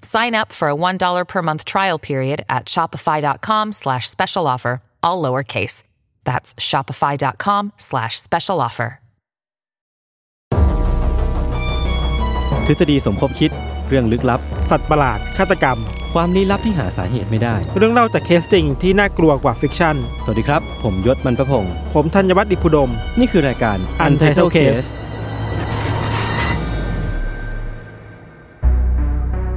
Sign up for a $1 per month trial period at shopify.com slash special offer, all lowercase. That's shopify.com slash special offer. ทฤษฎีสมคบคิดเรื่องลึกลับ สัตว์ประหลาด ฆาตกรรม ความลี้ลับที่หาสาเหตุไม่ได้ เรื่องเล่าจากเคสจริงที่น่ากลัวกว่าฟิกชั่น สวัสดีครับ ผมยศมันประพงศ์ ผมธัญวัฒน์อิพุดม นี่คือรายการ Untitled Case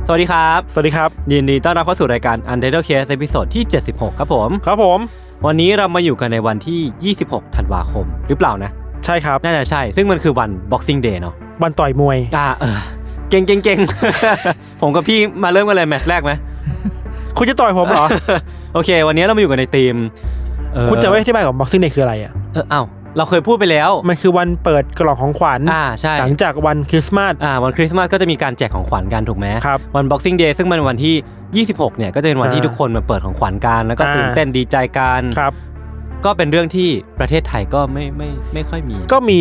สวัสดีครับ สวัสดีครับ ยินดีต้อนรับเข้าสู่รายการ Untitled Case ตอนที่ 76 ครับผม ครับผม วันนี้เรามาอยู่กันในวันที่ 26 ธันวาคม หรือเปล่านะ ใช่ครับ น่าจะใช่ ซึ่งมันคือวัน Boxing Day เนาะ วันต่อยมวย อ่าเออเก่งเก่งเก่ง ผมกับพี่มาเริ่มกันเลยแมตช์แรกไหม คุณจะต่อยผมเหรอ โอเค วันนี้เรามาอยู่กันในทีมเอ่อ คุณจะไม่อธิบายก่อนบ็อกซิ่งเดย์คืออะไรอ่ะ เอออ้าวเราเคยพูดไปแล้ว มันคือวันเปิดกล่องของขวัญ อ่าใช่ หลังจากวันคริสต์มาส อ่าวันคริสต์มาสก็จะมีการแจกของขวัญกันถูกไหม ครับ วัน Boxing Day ซึ่งมันวันที่ 26 เนี่ย ก็จะเป็นวันที่ อ่า ทุกคนมาเปิดของขวัญกันแล้วก็ อ่า ตื่นเต้นดีใจกัน ครับ ก็เป็นเรื่องที่ประเทศไทยก็ไม่ไม่ไม่ค่อยมี ก็มี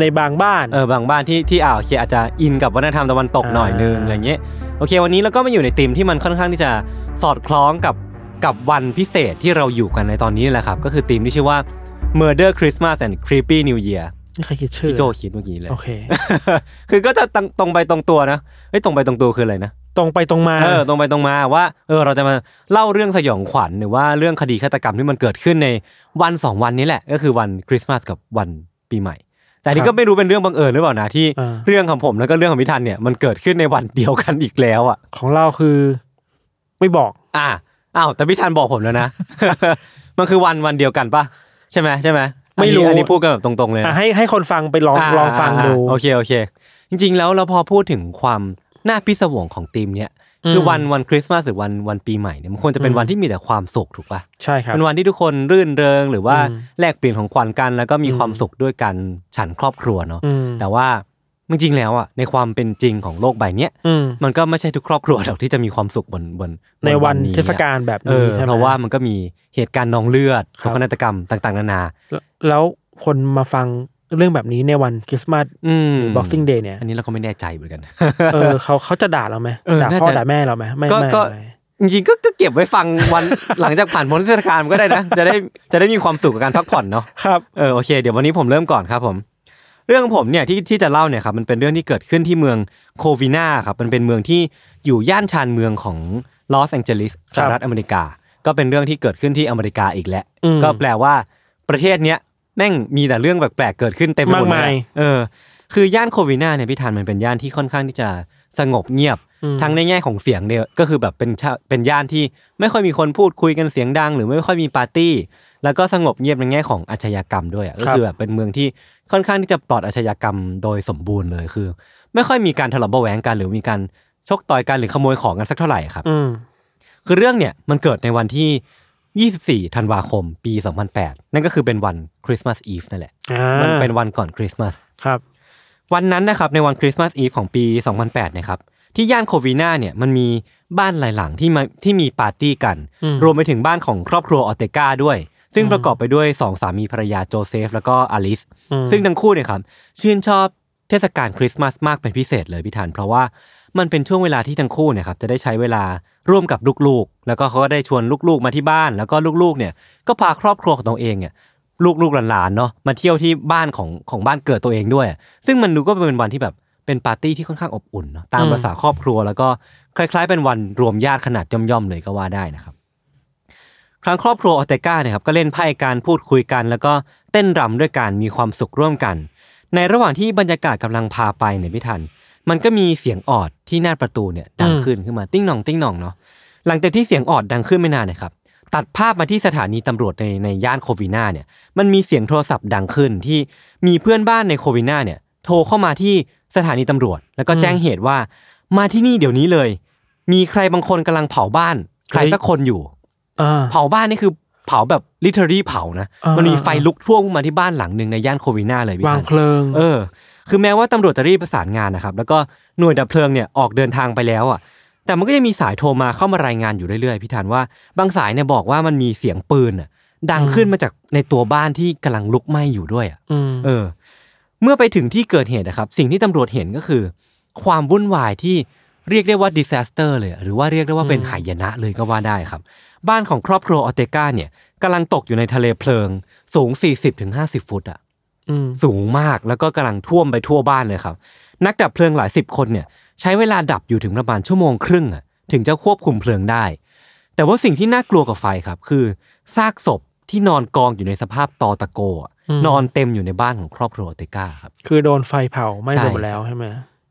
ในบางบ้าน เออบางบ้านที่ที่อ่าวเคอาจจะอินกับวัฒนธรรมตะวันตก อ่า หน่อยนึงอะไรเงี้ยโอเค วันนี้เราก็มาอยู่ในธีมที่มันค่อนข้างที่จะสอดคล้องกับกับวันพิเศษที่เราอยู่กันในตอนนี้แหละครับ ก็คือธีมที่ชื่อว่า Murder Christmas and Creepy New Year นี่ใครคิดชื่อ พี่โจคิดเมื่อกี้เลย โอเค คือก็จะตรงตรงไปตรงตัวนะเฮ้ยตรงไปตรงตัวคืออะไรนะ ตรงไปตรงมา เออตรงไปตรงมาว่าเออเราจะมาเล่าเรื่องสยองขวัญหรือว่าเรื่องคดีฆาตกรรมที่มันเกิดขึ้นในวันสองวันนี้แหละ ก็คือวันคริสต์มาสกับวันปีใหม่ แต่นี่ ครั ก็ บ ไม่รู้เป็นเรื่องบังเอิญหรือเปล่านะที่ อ่า เรื่องของผมแล้วก็เรื่องของพิธันเนี่ยมันเกิดขึ้นในวันเดียวกันอีกแล้วอ่ะ ของเราคือ ไม่บอก อ่ะอ้าวแต่พิธันบอกผมแล้วนะ มันคือวันวันเดียวกันปะใช่ไหมใช่ไหมอันนี้ ไม่รู้ อันนี้พูดกันแบบตรงๆเลย อ่ะ นะ ให้ให้คนฟังไปลองลองฟังดู อ่าโอเคโอเค จริงๆแล้วเราพอพูดถึงความน่าพิศวงของธีมเนี้ยคือ ม วันวันคริสต์มาสหรือวันวันปีใหม่เนี่ยมันควรจะเป็น อืม วันที่มีแต่ความสุขถูกปะ ใช่ครับ เป็นวันที่ทุกคนรื่นเริง หรือว่า อืม แลกเปลี่ยนของขวัญกัน แล้วก็มี อืม ความสุขด้วยกันฉันครอบครัวเนาะ อืม แต่ว่าจริงๆแล้วอ่ะในความเป็นจริงของโลกใบเนี้ย อืม มันก็ไม่ใช่ทุกครอบครัวหรอกที่จะมีความสุขบนบน ในวัน นี้ เทศกาลแบบ เอ นี้ อ ใช่ไหม เพราะว่ามันก็มีเหตุการณ์นองเลือด ค โศ รับ กนาฏกรรมต่างๆนานา แล้วแล้วคนมาฟังเรื่องแบบนี้ในวันคริสต์มาส อืม Boxing Day เนี่ย อันนี้เราก็ไม่แน่ใจเหมือนกัน เออเขาเขาจะด่าเราไหม เออ ด่า น่า พ่อ จะ ด่าแม่เราไหมไม่ ก็ ไม่ ก็ ไม่ จริงๆก็ก็เก็บไว้ฟังวัน หลังจากผ่านพ้นเทศกาลก็ได้นะ จะได้จะได้มีความสุขกับการพักผ่อนเนาะ ครับ เออโอเค เดี๋ยววันนี้ผมเริ่มก่อนครับผม เรื่องผมเนี่ยที่ที่จะเล่าเนี่ยครับมันเป็นเรื่องที่เกิดขึ้นที่เมืองโควินาครับมันเป็นเมืองที่อยู่ย่านชานเมืองของลอสแองเจลิส ค ส รับ หรัฐอเมริกา ก็เป็นเรื่องที่เกิดขึ้นที่อเมริกาอีกแล้ว อืม ก็แปลว่าประเทศเนี้ยแม่งมีแต่เรื่องแปลกๆเกิดขึ้นเต็มไปหมด มาเลกมาย ยเออ คือย่านโควินาเนี่ยพี่ธันมันเป็นย่านที่ค่อนข้างที่จะสงบเงียบ อืม ทั้งในแง่ของเสียงเนี่ยก็คือแบบเป็นชาเป็นย่านที่ไม่ค่อยมีคนพูดคุยกันเสียงดัง หรือไม่ค่อยมีปาร์ตี้ แล้วก็สงบเงียบในแง่ของอาชญากรรมด้วยอะก็คือแบบเป็นเมืองที่ค่อนข้างที่จะปลอดอาชญากรรมโดยสมบูรณ์เลยคือ ไม่ค่อยมีการทะเลาะเบาะแหวงกันหรือมีการชกต่อยกันหรือขโมยของกันสักเท่าไหร่ครับ อืม คือเรื่องเนี่ยมันเกิดในวันที่ 24 ธันวาคม ปี 2008 นั่นก็คือเป็นวันคริสต์มาสอีฟนั่นแหละ อ่า มั มัน เป็นวันก่อนคริสต์มาส ครับ วันนั้นนะครับในวันคริสต์มาสอีฟของปี 2008 นะครับที่ย่านโควีนาเนี่ยมันมีบ้านหลายหลังที่มาที่มีปาร์ตี้กัน อืม รวมไปถึงบ้านของครอบครัวออเตกาด้วย ซึ่งประกอบไปด้วยสองสามีภรรยาโจเซฟแล้วก็อลิส อืม ซึ่งทั้งคู่เนี่ยครับชื่นชอบเทศกาลคริสต์มาสมากเป็นพิเศษเลยพี่ธันเพราะว่ามันเป็นช่วงเวลาที่ทั้งคู่เนี่ยครับจะได้ใช้เวลาร่วมกับลูกๆ แล้วก็เขาก็ได้ชวนลูกๆมาที่บ้าน แล้วก็ลูกๆเนี่ยก็พาครอบครัวของตัวเองเนี่ยลูกๆหลานๆเนาะมาเที่ยวที่บ้านของของบ้านเกิดตัวเองด้วย ซึ่งมันดูก็เป็นวันที่แบบเป็นปาร์ตี้ที่ค่อนข้างอบอุ่นเนาะตามภาษาครอบครัว แล้วก็คล้าย ๆ เป็นวันรวมญาติขนาดย่อมๆเลยก็ว่าได้นะครับ ครั้งครอบครัวออเตก้าเนี่ยครับก็เล่นไพ่การพูดคุยกัน แล้วก็เต้นรำด้วยกันมีความสุขร่วมกัน ในระหว่างที่บรรยากาศกำลังพาไปเนี่ยพี่ทัน มันก็มีเสียงออดที่หน้าประตูเนี่ยดัง อืม ขึ้นขึ้นมาติ้งหน่องติ้งหน่องเนาะหลังจากที่เสียงออดดังขึ้นไม่นานเนะครับตัดภาพมาที่สถานีตำรวจในในย่านโควิน่าเนี่ยมันมีเสียงโทรศัพท์ดังขึ้นที่มีเพื่อนบ้านในโควิน่าเนี่ยโทรเข้ามาที่สถานีตำรวจ แล้วก็แจ้งเหตุว่า มาที่นี่เดี๋ยวนี้เลย มีใครบางคนกำลังเผาบ้านใครสักคนอยู่ อ่า เผาบ้านนี่คือเผาแบบลิเทอรี่เผานะ อ่ามั มันมีไฟลุกท่วมมาที่บ้านหลังหนึ่งในย่านโควิน่าเลยพี่ วาง ทัน เพลิง เออ คือแม้ว่าตำรวจจะรีบประสานงานนะครับ แล้วก็หน่วยดับเพลิงเนี่ยออกเดินทางไปแล้วอ่ะ แต่มันก็ยังมีสายโทรมาเข้ามารายงานอยู่เรื่อยๆพี่ธันว่า บางสายเนี่ยบอกว่ามันมีเสียงปืนอ่ะดังขึ้นมาจากในตัวบ้านที่กำลังลุกไหม้อยู่ด้วยอ่ะ อืม เออ เมื่อไปถึงที่เกิดเหตุนะครับ สิ่งที่ตำรวจเห็นก็คือ ความวุ่นวายที่เรียกได้ว่าดิ s าสเตอร์เลยอะหรือว่าเรียกได้ว่าเป็นหายนะเลยก็ว่าได้ครับ บ้านของครอบครัวออเตกาเนี่ยกำลังตกอยู่ในทะเลเพลิง สูง 40-50 ฟุตอ่ะ อืม สูงมากแล้วก็กำลังท่วมไปทั่วบ้านเลยครับ นักดับเพลิงหลายสิบคนเนี่ยใช้เวลาดับอยู่ถึงประมาณชั่วโมงครึ่งอะถึงจะควบคุมเพลิงได้ แต่ว่าสิ่งที่น่ากลัวกว่าไฟครับ คือซากศพที่นอนกองอยู่ในสภาพตอตะโกอะนอนเต็มอยู่ในบ้านของครอบครัวเตก้าครับ คือโดนไฟเผาไหม่ ใช่ หมดแล้วใช่ไหม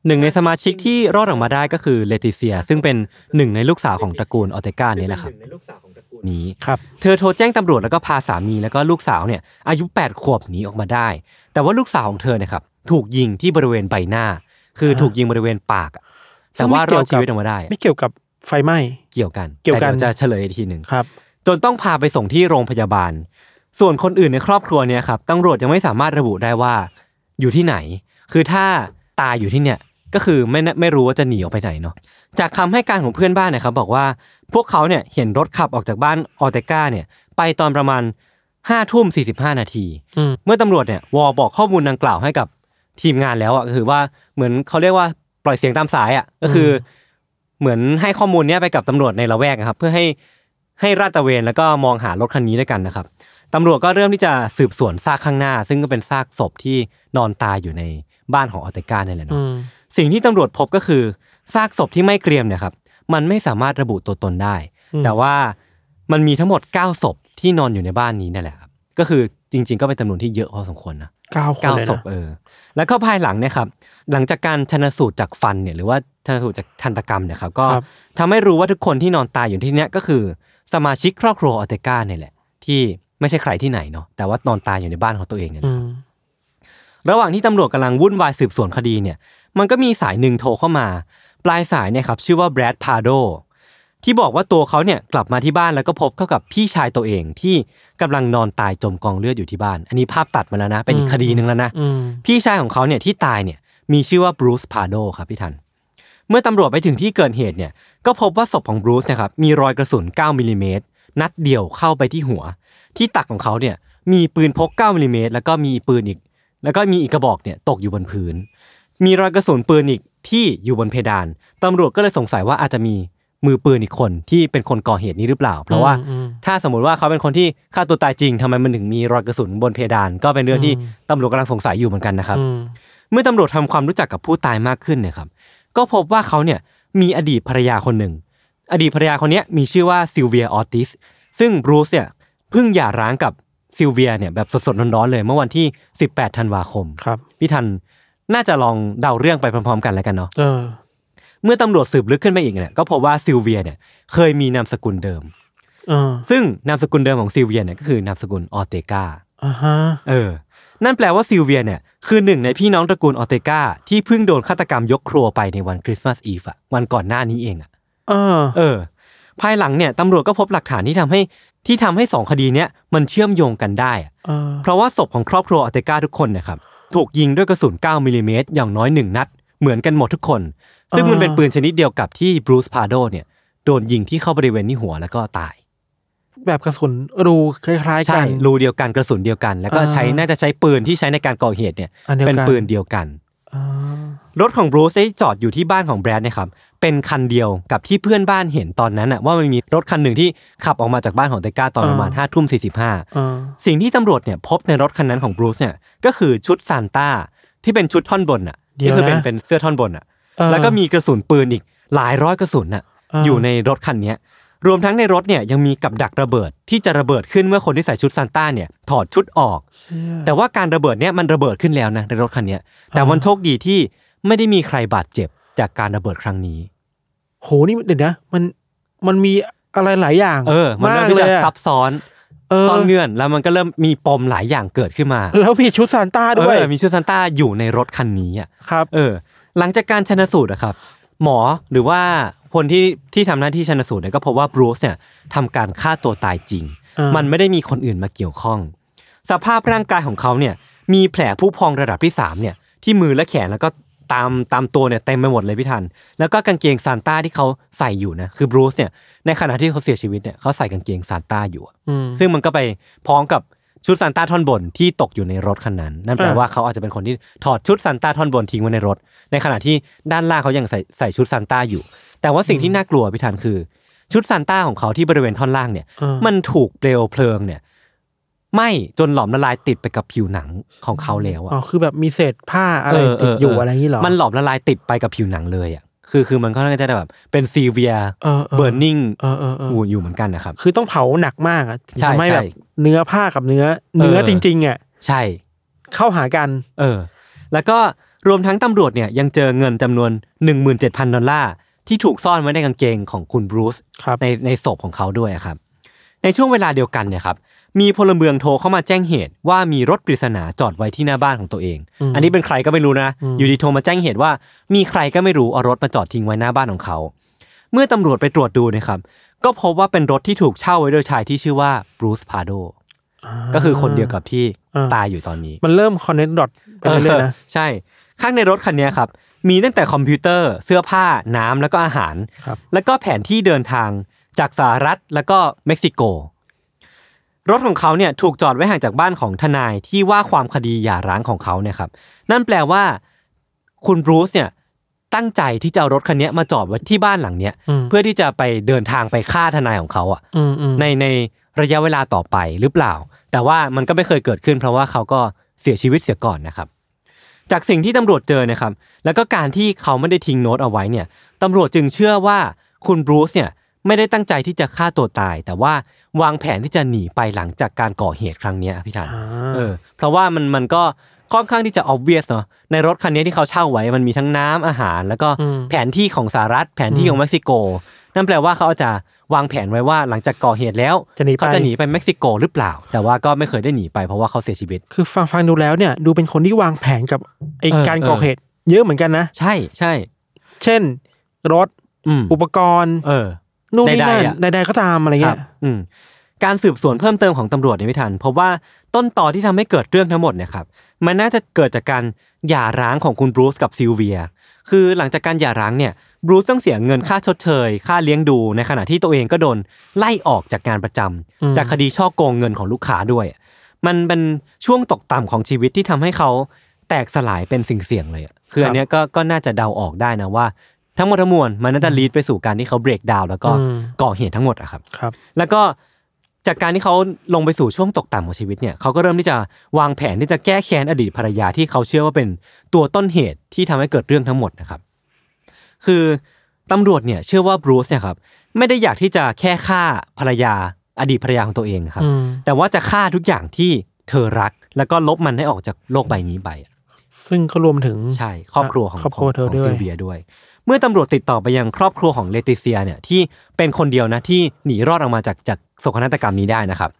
หนึ่งในสมาชิกที่รอดออกมาได้ก็คือเลติเซีย ซึ่งเป็นหนึ่งในลูกสาวของตระกูลออเตก้าเนี่ยแหละครับนี้ ครับ เธอโทรแจ้งตำรวจแล้วก็พาสามีแล้วก็ลูกสาวเนี่ยอายุ 8 ขวบหนีออกมาได้ แต่ว่าลูกสาวของเธอเนี่ยครับถูกยิงที่บริเวณใบหน้า คือถูกยิงบริเวณปากอะแต่ว่ารอดชีวิตออกมาได้ ไม่เกี่ยวกับไฟไหม้ เกี่ยวกัน เกี่ยวกัน แต่ดี๋จะเฉลยอีกทีหนึ่ง ครับ จนต้องพาไปส่งที่โรงพยาบาล ส่วนคนอื่นในครอบครัวเนี่ยครับตำรวจยังไม่สามารถระบุได้ว่าอยู่ที่ไหน คือถ้าตายอยู่ที่เนี่ยก็คือไม่น่าไม่รู้ว่าจะหนีออกไปไหนเนาะ จากคำให้การของเพื่อนบ้านนะครับบอกว่าพวกเขาเนี่ยเห็นรถขับออกจากบ้านออเตก้าเนี่ยไปตอนประมาณห้าทุ่มสี่สิบห้านาที อืม เมื่อตำรวจเนี่ยวอบอกข้อมูลดังกล่าวให้กับทีมงานแล้วอ่ะก็คือว่าเหมือนเขาเรียกว่าปล่อยเสียงตามสายอ่ะก็คืออเหมือนให้ข้อมูลเนี้ยไปกับตำรวจในละแวกนะครับ เพื่อให้ให้ราดตระเวนแล้วก็มองหารถคันนี้ด้วยกันนะครับตำรวจก็เริ่มที่จะสืบสวนซากข้างหน้า ซึ่งก็เป็นซากศพที่นอนตายอยู่ในบ้านของออเตก้าเนี่ยแหละ อื เนาะ ม สิ่งที่ตำรวจพบก็คือซากศพที่ไม่เกรียมเนี่ยครับมันไม่สามารถระบุตัวตนได้ แต่ว่ามันมีทั้งหมด 9 ศพที่นอนอยู่ในบ้านนี้นั่นแหละครับก็คือจริง ๆ ก็เป็นจำนวนที่เยอะพอสมควรนะ เก้าคน เก้า เลย ศ นะ พเออแล้วก็ภายหลังเนี่ยครับหลังจากการชนสูตรจากฟันเนี่ยหรือว่าชนสูตรจากทันตกรรมเนี่ยครับก็ ครับ ทำให้รู้ว่าทุกคนที่นอนตายอยู่ที่เนี้ยก็คือ สมาชิกครอบครัวออเตก้าเนี่ยแหละ ที่ไม่ใช่ใครที่ไหนเนาะแต่ว่านอนตายอยู่ในบ้านของตัวเองเนี่ยแหละ อืม ระหว่างที่ตำรวจกำลังวุ่นวายสืบสวนคดีเนี่ย มันก็มีสายหนึ่งโทรเข้ามา ปลายสายเนี่ยครับชื่อว่าแบรดพาโดที่บอกว่าตัวเขาเนี่ยกลับมาที่บ้านแล้วก็พบเข้ากับพี่ชายตัวเองที่กำลังนอนตายจมกองเลือดอยู่ที่บ้าน อันนี้ภาพตัดมาแล้วนะ เป็นอีก อืม คดีหนึ่งแล้วนะ อืม พี่ชายของเขาเนี่ยที่ตายเนี่ยมีชื่อว่าบรูซพาโดครับพี่ทัน เมื่อตำรวจไปถึงที่เกิดเหตุเนี่ยก็พบว่าศพของบรูซนะครับมีรอยกระสุน 9มิลลิเมตรนัดเดียวเข้าไปที่หัว ที่ตักของเขาเนี่ยมีปืนพก 9มิลลิเมตรแล้วก็มีปืนอีก แล้วก็มีอีกกระบอกเนี่ยตกอยู่บนพื้น มีรอยกระสุนปืนอีกที่อยู่บนเพดานตำรวจก็เลยสงสัยว่าอาจจะมีมือปืนอีกคนที่เป็นคนก่อเหตุนี้หรือเปล่า เพราะว่า อืม ถ้าสมมติว่าเขาเป็นคนที่ฆ่าตัวตายจริงทำไมมันถึงมีรอยกระสุนบนเพดาน ก็เป็นเรื่องที่ อืม ตำรวจกำลังสงสัยอยู่เหมือนกันนะครับ อืม เมื่อตำรวจทำความรู้จักกับผู้ตายมากขึ้นเนี่ยครับ ก็พบว่าเขาเนี่ยมีอดีตภรรยาคนหนึ่ง อดีตภรรยาคนเนี้ยมีชื่อว่าซิลเวียออติส ซึ่งบรูซเนี่ยเพิ่งหย่าร้างกับซิลเวียเนี่ยแบบสดๆร้อนๆเลยเมื่อวันที่ 18 ธันวาคม ครับ พี่ทันน่าจะลองเดาเรื่องไปพร้อมๆ กันแล้วกันเนาะ เออ เมื่อตำรวจสืบลึกขึ้นไปอีกเนี่ย ก็พบว่าซิลเวียเนี่ยเคยมีนามสกุลเดิม เออ ซึ่งนามสกุลเดิมของซิลเวียเนี่ยก็คือนามสกุลออเตกา อ่าฮะ เออ นั่นแปลว่าซิลเวียเนี่ยคือหนึ่งในพี่น้องตระกูลออเตกาที่เพิ่งโดนฆาตกรรมยกครัวไปในวันคริสต์มาสอีฟอะวันก่อนหน้านี้เองอะ เออ เออ ภายหลังเนี่ยตำรวจก็พบหลักฐานที่ทำให้ที่ทำให้สองคดีเนี้ยมันเชื่อมโยงกันได้อะ เออ เพราะว่าศพของครอบครัวออเตกาทุกคนเนะครับถูกยิงด้วยกระสุน 9มิลลิเมตรอย่างน้อยหนึ่งนัด เหมือนกันหมดทุกคน ซึ่งมันเป็นปืนชนิดเดียวกับที่บรูซพาโดเนี่ยโดนยิงที่เข้าบริเวณที่หัวแล้วก็ตาย แบบกระสุนรูคล้ายๆ ใช่ กัน รูเดียวกันกระสุนเดียวกัน แล้วก็ อ่า ใช้น่าจะใช้ปืนที่ใช้ในการก่อเหตุเนี่ย อันเดียวกัน เป็นปืนเดียวกัน อ่าร ถของบรูซที่จอดอยู่ที่บ้านของแบรดเนะครับเป็นคันเดียวกับที่เพื่อนบ้านเห็นตอนนั้นอะว่ามันมีรถคันหนึ่งที่ขับออกมาจากบ้านของเตก้าตอนประมาณห้าทุ่มสี่สิบห้า เออ สิ่งที่ตำรวจเนี่ยพบในรถคันนั้นของบรูซเนี่ยก็คือชุดซานต้าที่เป็นชุดท่อนบนอะ เดี๋ยว ก็คือ นะ เป็นเป็นเสื้อท่อนบนอะ เออ แล้วก็มีกระสุนปืนอีกหลายร้อยกระสุนอะ เอออ อยู่ในรถคันเนี้ย รวมทั้งในรถเนี่ยยังมีกับดักระเบิดที่จะระเบิดขึ้นเมื่อคนที่ใส่ชุดซานต้าเนี่ยถอดชุดออก แต่ว่าการระเบิดเนี่ยมันระเบิดขึ้นแล้วนะในรถคันเนี้ยแต่มันโชคดีที่ไม่ได้มีใครบาดเจ็บจากการระเบิดครั้งนี้ โหนี่เดี๋ยวนะ มันมันมีอะไรหลายอย่าง เออ มันเริ่มที่จะ อะ ซับซ้อน เออ ซ่อนเงื่อนแล้วมันก็เริ่มมีปมหลายอย่างเกิดขึ้นมา แล้วมีชุดซานต้า เอ ด้วย อมีชุดซานต้าอยู่ในรถคันนี้อ่ะ ครับ เออหลังจากการชนสูตรอะครับ หมอหรือว่าคนที่ที่ทำหน้าที่ชนสูตรเนี่ยก็พบว่าบรูซเนี่ยทำการฆ่าตัวตายจริง อ่ามั มันไม่ได้มีคนอื่นมาเกี่ยวข้อง สภาพร่างกายของเขาเนี่ยมีแผลผู้พองระดับที่สามเนี่ยที่มือและแขนแล้วก็ตามตามตัวเนี่ยเต็มไปหมดเลยพี่ทัน แล้วก็กางเกงซานต้าที่เขาใส่อยู่นะคือบรูซเนี่ยในขณะที่เขาเสียชีวิตเนี่ยเขาใส่กางเกงซานต้าอยู่อะ อืม ซึ่งมันก็ไปพ้องกับชุดซานต้าท่อนบนที่ตกอยู่ในรถคันนั้น นั่นแปล อ่า ว่าเขาอาจจะเป็นคนที่ถอดชุดซานต้าท่อนบนทิ้งไว้ในรถ ในขณะที่ด้านล่างเขายังใส่ใส่ชุดซานต้าอยู่ แต่ว่าสิ่งที่น่ากลัวพี่ทันคือ ชุดซานต้าของเขาที่บริเวณท่อนล่างเนี่ย เออ มันถูกเปลวเพลิงเนี่ยไหม้จนหลอมละลายติดไปกับผิวหนังของเขาแล้ว อ๋อ อะ คือแบบมีเศษผ้าอะไรติดอยู่อะไรอย่างนี้เหรอ มันหลอมละลายติดไปกับผิวหนังเลยอ่ะคือคือมันก็น่างจะได้แบบเป็นซีเวีย เออ เบิร์นนิ่ง เออเออเออ อูอยู่เหมือนกันนะครับ คือต้องเผาหนักมากอะถึง ใช่ ทำให้แบ ใช่ บเนื้อผ้ากับเนื้อ เนื้อ เออ จริงๆอ่ะ ใช่ เข้าหากัน เออ แล้วก็รวมทั้งตำรวจเนี่ยยังเจอเงินจำนวน 17,000 ดอลลาร์ที่ถูกซ่อนไว้ในกางเกงของคุณบรูซ ครับ ในในศพของเขาด้วยครับ ในช่วงเวลาเดียวกันเนี่ยครับ มีพลเมืองโทรเข้ามาแจ้งเหตุว่ามีรถปริศนาจอดไว้ที่หน้าบ้านของตัวเอง อืม อันนี้เป็นใครก็ไม่รู้นะ อืม อยู่ดีโทรมาแจ้งเหตุว่า มีใครก็ไม่รู้เอารถมาจอดทิ้งไว้หน้าบ้านของเขา เมื่อตำรวจไปตรวจดูเนะครับ ก็พบว่าเป็นรถที่ถูกเช่าไว้โดยชายที่ชื่อว่าบรูซพาโด ก็คือคนเดียวกับที่ อ่า ตายอยู่ตอนนี้ มันเริ่มคอนเนคดอทไปเรื่อยๆนะ เออใช่ ข้างในรถคันเนี้ยครับ มีตั้งแต่คอมพิวเตอร์เสื้อผ้าน้ำแล้วก็อาหาร ครับ แล้วก็แผนที่เดินทางจากสหรัฐแล้วก็เม็กซิโก รถของเขาเนี่ยถูกจอดไว้ห่างจากบ้านของทนายที่ว่าความคดีหย่าร้างของเขาเนี่ยครับ นั่นแปลว่า คุณบรูซเนี่ยตั้งใจที่จะเอารถคันเนี้ยมาจอดไว้ที่บ้านหลังเนี้ย อืม เพื่อที่จะไปเดินทางไปฆ่าทนายของเขาอ่ะ อืมอืม ในในระยะเวลาต่อไปหรือเปล่า แต่ว่ามันก็ไม่เคยเกิดขึ้น เพราะว่าเขาก็เสียชีวิตเสียก่อนนะครับ จากสิ่งที่ตำรวจเจอนะครับ แล้วก็การที่เขาไม่ได้ทิ้งโน้ตเอาไว้เนี่ยตำรวจจึงเชื่อว่าคุณบรูซเนี่ยไม่ได้ตั้งใจที่จะฆ่าตัวตาย แต่ว่าวางแผนที่จะหนีไปหลังจากการก่อเหตุครั้งเนี้ยพี่ทัน อ่า เออเพราะว่ามันมันก็ค่อนข้างที่จะ obvious เนาะในรถคันนี้ที่เขาเช่าไว้มันมีทั้งน้ำอาหาร แล้วก็แผนที่ของสหรัฐ แผนที่ของเม็กซิโก นั่นแปลว่าเขาจะวางแผนไว้ว่าหลังจากก่อเหตุแล้ว จะหนีไป เขาจะหนีไปเม็กซิโกหรือเปล่า แต่ว่าก็ไม่เคยได้หนีไปเพราะว่าเขาเสียชีวิต คือฟังฟังดูแล้วเนี่ย ดูเป็นคนที่วางแผนกับไอ เออ การ เออ ก่อเหตุเยอะเหมือนกันนะ ใช่ใช่ เช่น รถ อืม อุปกรณ์ เออ นู่นนี่ ใดๆ นั่น อะ ใดๆก็ตามอะไร ครั เงี้ บ ย อืมการสืบสวนเพิ่มเติมของตำรวจในยพิธันพบว่าต้นต่อที่ทำให้เกิดเรื่องทั้งหมดเนี่ยครับมันน่าจะเกิดจากการหย่าร้างของคุณบรูซกับซิลเวีย คือหลังจากการหย่าร้างเนี่ยบรูซต้องเสียเงินค่าชดเชย ค่าเลี้ยงดูในขณะที่ตัวเองก็โดนไล่ออกจากงานประจำจากคดีช่อโกงเงินของลูกค้าด้วย มันเป็นช่วงตกต่ำของชีวิตที่ทำให้เขาแตกสลายเป็นสิ่งเสี่ยงเลยอะคืออันเนี้ยก็ก็น่าจะเดาออกได้นะว่า ทั้งหมดทั้งมวลมันน่าจะลีดไปสู่การที่เขาเบรกดาวแล้วก็ก่อเหตุทั้งหมดอะครับ ครับ แล้วก็จากการที่เขาลงไปสู่ช่วงตกต่ำของชีวิตเนี่ยเขาก็เริ่มที่จะวางแผนที่จะแก้แค้นอดีตภรรยาที่เขาเชื่อว่าเป็นตัวต้นเหตุที่ทำให้เกิดเรื่องทั้งหมดนะครับ คือตำรวจเนี่ยเชื่อว่าบรูซเนี่ยครับไม่ได้อยากที่จะแค่ฆ่าภรรยาอดีตภรรยาของตัวเองนะครับ อืม แต่ว่าจะฆ่าทุกอย่างที่เธอรัก แล้วก็ลบมันให้ออกจากโลกใบนี้ไป ซึ่งก็รวมถึง ใช่ครอบครัวของ ครอบครัว ขง เธอ ของ ด้วย ซิลเวียด้วย เมื่อตำรวจติดต่อไปยังครอบครัวของเลติเซียเนี่ยที่เป็นคนเดียวนะที่หนีรอดออกมาจากจากโศกนาฏกรรมนี้ได้นะครับ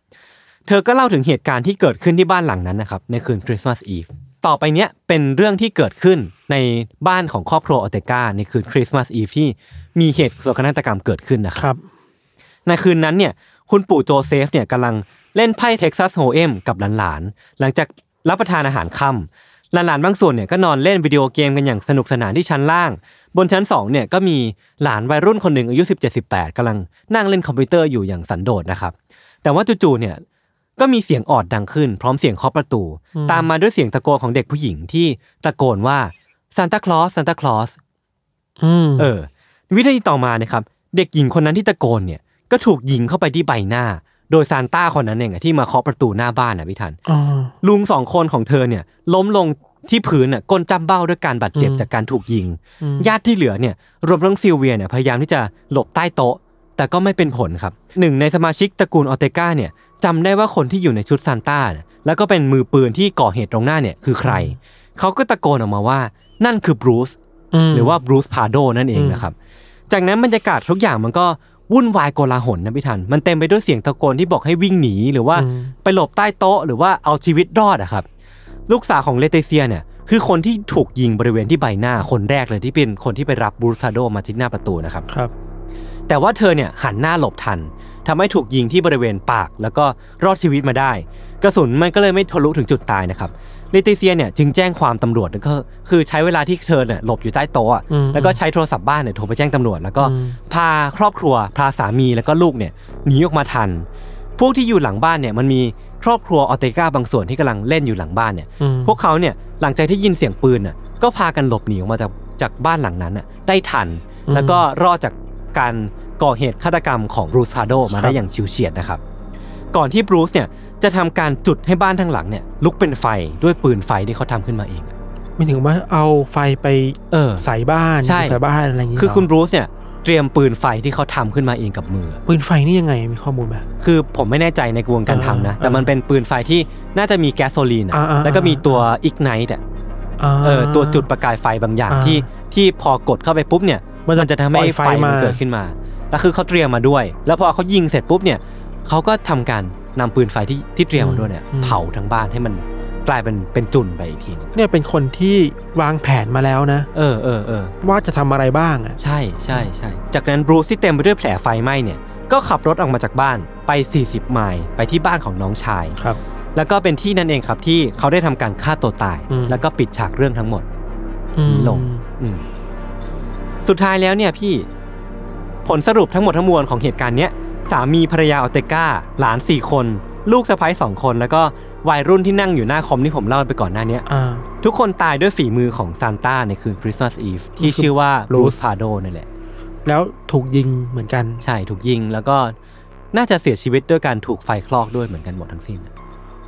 เธอก็เล่าถึงเหตุการณ์ที่เกิดขึ้นที่บ้านหลังนั้นนะครับในคืนคริสต์มาสอีฟต่อไปเนี้ยเป็นเรื่องที่เกิดขึ้นในบ้านของครอบครัวออเตกาในคืนคริสต์มาสอีฟที่มีเหตุโศกนาฏกรรมเกิดขึ้นนะครับ ครับ ในคืนนั้นเนี่ยคุณปู่โจเซฟเนี่ยกำลังเล่นไพ่เท็กซัสโฮเอมกับหลานๆ หลังจากรับประทานอาหารค่ำหลานๆ บางส่วนเนี่ยก็นอนเล่นวิดีโอเกมกันอย่างสนุกสนานที่ชั้นล่าง บนชั้น 2เนี่ยก็มีหลานวัยรุ่นคนหนึ่งอายุ 17-18กำลังนั่งเล่นคอมพิวเตอร์อยู่อย่างสันโดษนะครับ แต่ว่าจู่ๆเนี่ยก็มีเสียงออดดังขึ้น พร้อมเสียงเคาะประตู ตามมาด้วยเสียงตะโกนของเด็กผู้หญิงที่ตะโกนว่าซานตาคลอสซานตาคลอส อืม เออวินาทีต่อมานะครับ เด็กหญิงคนนั้นที่ตะโกนเนี่ยก็ถูกยิงเข้าไปที่ใบหน้า โดยซานต้าคนนั้นเองอะที่มาเคาะประตูหน้าบ้านนะพี่ทัน ลุงสองคนของเธอเนี่ยล้มลงที่พื้นน่ะก้นจ้ำเบ้าด้วยการบาดเจ็บ อืม จากการถูกยิง ญาติที่เหลือเนี่ยรวมทั้งซิลเวียเนี่ยพยายามที่จะหลบใต้โต๊ะ แต่ แต่ก็ไม่เป็นผลครับหนึ่งในสมาชิกตระกูลออเตกาเนี่ยจำได้ว่าคนที่อยู่ในชุดซานต้าเนี่ยแล้วก็เป็นมือปืนที่ก่อเหตุตรงหน้าเนี่ยคือใคร เขาก็ตะโกนออกมาว่านั่นคือบรูซ ม หรือว่าบรูซพาโดนั่นเอง อืม นะครับ จากนั้นบรรยากาศทุกอย่างมันก็วุ่นวายโกลาหลนะพี่ทัน มันเต็มไปด้วยเสียงตะโกนที่บอกให้วิ่งหนีหรือว่า อืม ไปหลบใต้โต๊ะหรือว่าเอาชีวิตรอดอะครับ ลูกสาวของเลเตเซียเนี่ยคือคนที่ถูกยิงบริเวณที่ใบหน้าคนแรกเลยที่เป็นคนที่ไปรับบรูซพาโดมาที่หน้าประตูนะครับ ครับ แต่ว่าเธอเนี่ยหันหน้าหลบทันทำให้ถูกยิงที่บริเวณปาก แล้วก็รอดชีวิตมาได้ กระสุนมันก็เลยไม่ทะลุถึงจุดตายนะครับลิติเซียเนี่ยจึงแจ้งความตำรวจแล้วก็คือใช้เวลาที่เธอเนี่ยหลบอยู่ใต้โต๊ะอะ อืม แล้วก็ใช้โทรศัพท์บ้านเนี่ยโทรไปแจ้งตำรวจ แล้วก็ อืม พาครอบครัว พาสามีแล้วก็ลูกเนี่ยหนีออกมาทัน พวกที่อยู่หลังบ้านเนี่ยมันมีครอบครัวออเตกาบางส่วนที่กำลังเล่นอยู่หลังบ้านเนี่ย อืม พวกเขาเนี่ยหลังจากที่ยินเสียงปืนน่ะก็พากันหลบหนีออกมาจากจากบ้านหลังนั้นน่ะได้ทัน แล้วก็รอดจากการก่อเหตุฆาตกรรมของบรูซพาโดมาได้อย่างชิวเฉียดนะครับ ก่อนที่บรูซเนี่ยจะทำการจุดให้บ้านทั้งหลังเนี่ยลุกเป็นไฟด้วยปืนไฟที่เขาทำขึ้นมาเอง ไม่ถึงว่าเอาไฟไป เออ ใส่บ้าน ใช่ ใส่บ้านอะไรอย่างงี้ คือ เหร คุณบรูซเนี่ยเตรียมปืนไฟที่เขาทำขึ้นมาเองกับมือ ปืนไฟนี่ยังไงมีข้อมูลไหม คือผมไม่แน่ใจในกระบวนการทำนะ อ่า แต่มันเป็นปืนไฟที่น่าจะมีแก๊สโซลีนอะ อ่าอ่า แล้วก็มีตัวอิกไนต์อะ อ่า เออตัวจุดประกายไฟบางอย่าง อ่า ที่ที่พอกดเข้าไปปุ๊บเนี่ย มันจะ มันจะทำ ปล่ ให้ อย ไฟ ไฟ มั มา นเกิดขึ้นมา แล้วคือเขาเตรียมมาด้วย แล้วพอเขายิงเสร็จปุ๊บเนี่ยเขาก็ทำการนำปืนไฟที่ที่เตรียมมาด้วยเนี่ยเผาทั้งบ้านให้มันกลายเป็นเป็นจุนไปอีกทีหนึง เนี่ยเป็นคนที่วางแผนมาแล้วนะ เออเออเออ ว่าจะทำอะไรบ้างอ่ะ ใช่ใช่ใช่จากนั้นบรูซที่เต็มไปด้วยแผลไฟไหม้เนี่ยก็ขับรถออกมาจากบ้านไป 40 ไมล์ไปที่บ้านของน้องชาย ครับ แล้วก็เป็นที่นั่นเองครับที่เขาได้ทำการฆ่าตัวตาย อืม แล้วก็ปิดฉากเรื่องทั้งหมด อืม ลง อืมสุดท้ายแล้วเนี่ยพี่ ผลสรุปทั้งหมดทั้งมวลของเหตุการณ์เนี้ยสามีภรรยาออเตก้า หลานสี่คน ลูกสะใภ้สองคน แล้วก็วัยรุ่นที่นั่งอยู่หน้าคอมที่ผมเล่าไปก่อนหน้าเนี้ย อ่า ทุกคนตายด้วยฝีมือของซานต้าในคืนคริสต์มาสอีฟที่ชื่อว่าบ Bruce รูซพาโดนั่นแหละ แล้วถูกยิงเหมือนกัน ใช่ถูกยิงแล้วก็น่าจะเสียชีวิตด้วยการถูกไฟคลอกด้วยเหมือนกันหมดทั้งสิ้นนะ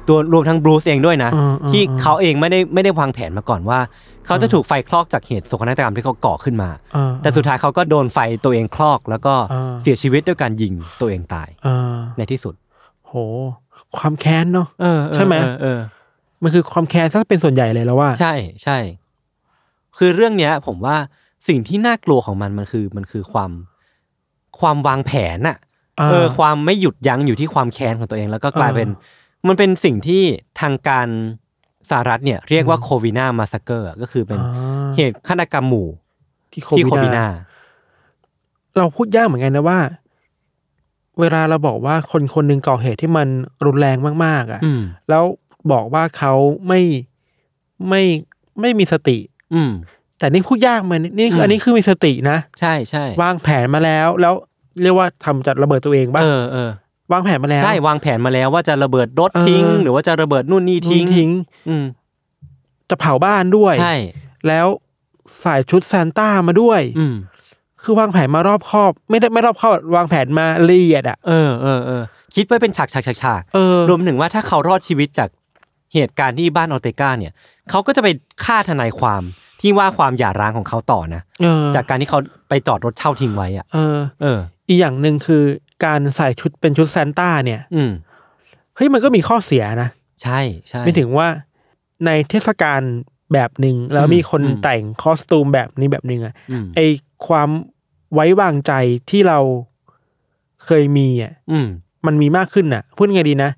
ตัวรวมทั้งบรูซเองด้วยนะ อืมอืม ที่ อืม เขาเองไม่ได้ไม่ได้วางแผนมาก่อนว่า เขาจะถูกไฟคลอกจากเหตุโศกนาฏกรรมที่เขาก่อขึ้นมา อ่า แต่สุดท้ายเขาก็โดนไฟตัวเองคลอกแล้วก็ อ่า เสียชีวิตด้วยการยิงตัวเองตาย อ่า ในที่สุด โห ความแค้นเนาะ เออเออ ใช่ไหม เออเออ มันคือความแค้นซะเป็นส่วนใหญ่เลยแล้วว่า ใช่ใช่ คือเรื่องเนี้ย ผมว่าสิ่งที่น่ากลัวของมันมันคือมันคือความความวางแผนอะ อ่า เออ ความไม่หยุดยั้งอยู่ที่ความแค้นของตัวเอง แล้วก็กลายเป็น อ่ มันเป็นสิ่งที่ทางการสหรัฐเนี่ย เรียกว่าโควินามาสเกอร์ก็คือเป็น อ่า เหตุฆาตกรรมหมู่ ที่โค ที่โค วิ วิ ด นา เราพูดยากเหมือนกันนะว่า เวลาเราบอกว่าคนคนหนึ่งก่อเหตุที่มันรุนแรงมากๆอ่ะ อืม แล้วบอกว่าเขาไม่ไม่ไม่มีสติ อืม แต่นี่พูดยากมันนี่คือ ม อันนี้คือมีสตินะ ใช่ใช่ วางแผนมาแล้ว แล้วเรียกว่าทำจัดระเบิดตัวเองบ้าง เออเออ วางแผนมาแล้ว ใช่วางแผนมาแล้วว่าจะระเบิดรถ เออ ทิ้ง หรือว่าจะระเบิดนู่นนี่ ทิ้ ทิ้ ง ง ทิ้ง อืม จะเผาบ้านด้วย ใช่ แล้วใส่ชุดซานต้ามาด้วย อืม คือวางแผนมารอบคอบ ไม่ได้ไม่รอบคอบวางแผนมาละเอียดอ่ะ เออเออเออคิดไว้เป็นฉากฉากฉากฉาก เออ รวมถึงว่าถ้าเขารอดชีวิตจากเหตุการณ์ที่บ้านออเตกาเนี่ย เขาก็จะไปฆ่าทนายความที่ว่าความหย่าร้างของเขาต่อนะ เออ จากการที่เขาไปจอดรถเช่าทิ้งไว้อะ เออ เออ อีกอย่างหนึ่งคือการใส่ชุดเป็นชุดซานต้าเนี่ย อืม เฮ้ยมันก็มีข้อเสียนะ ใช่ใช่ ไม่ถึงว่าในเทศกาลแบบหนึ่งแล้วมีคน อืม แต่งคอสตูมแบบนี้แบบหนึ่งอ่ะ อืม ไอความไว้วางใจที่เราเคยมีอ่ะ อืม มันมีมากขึ้นน่ะ พูดไงดีนะ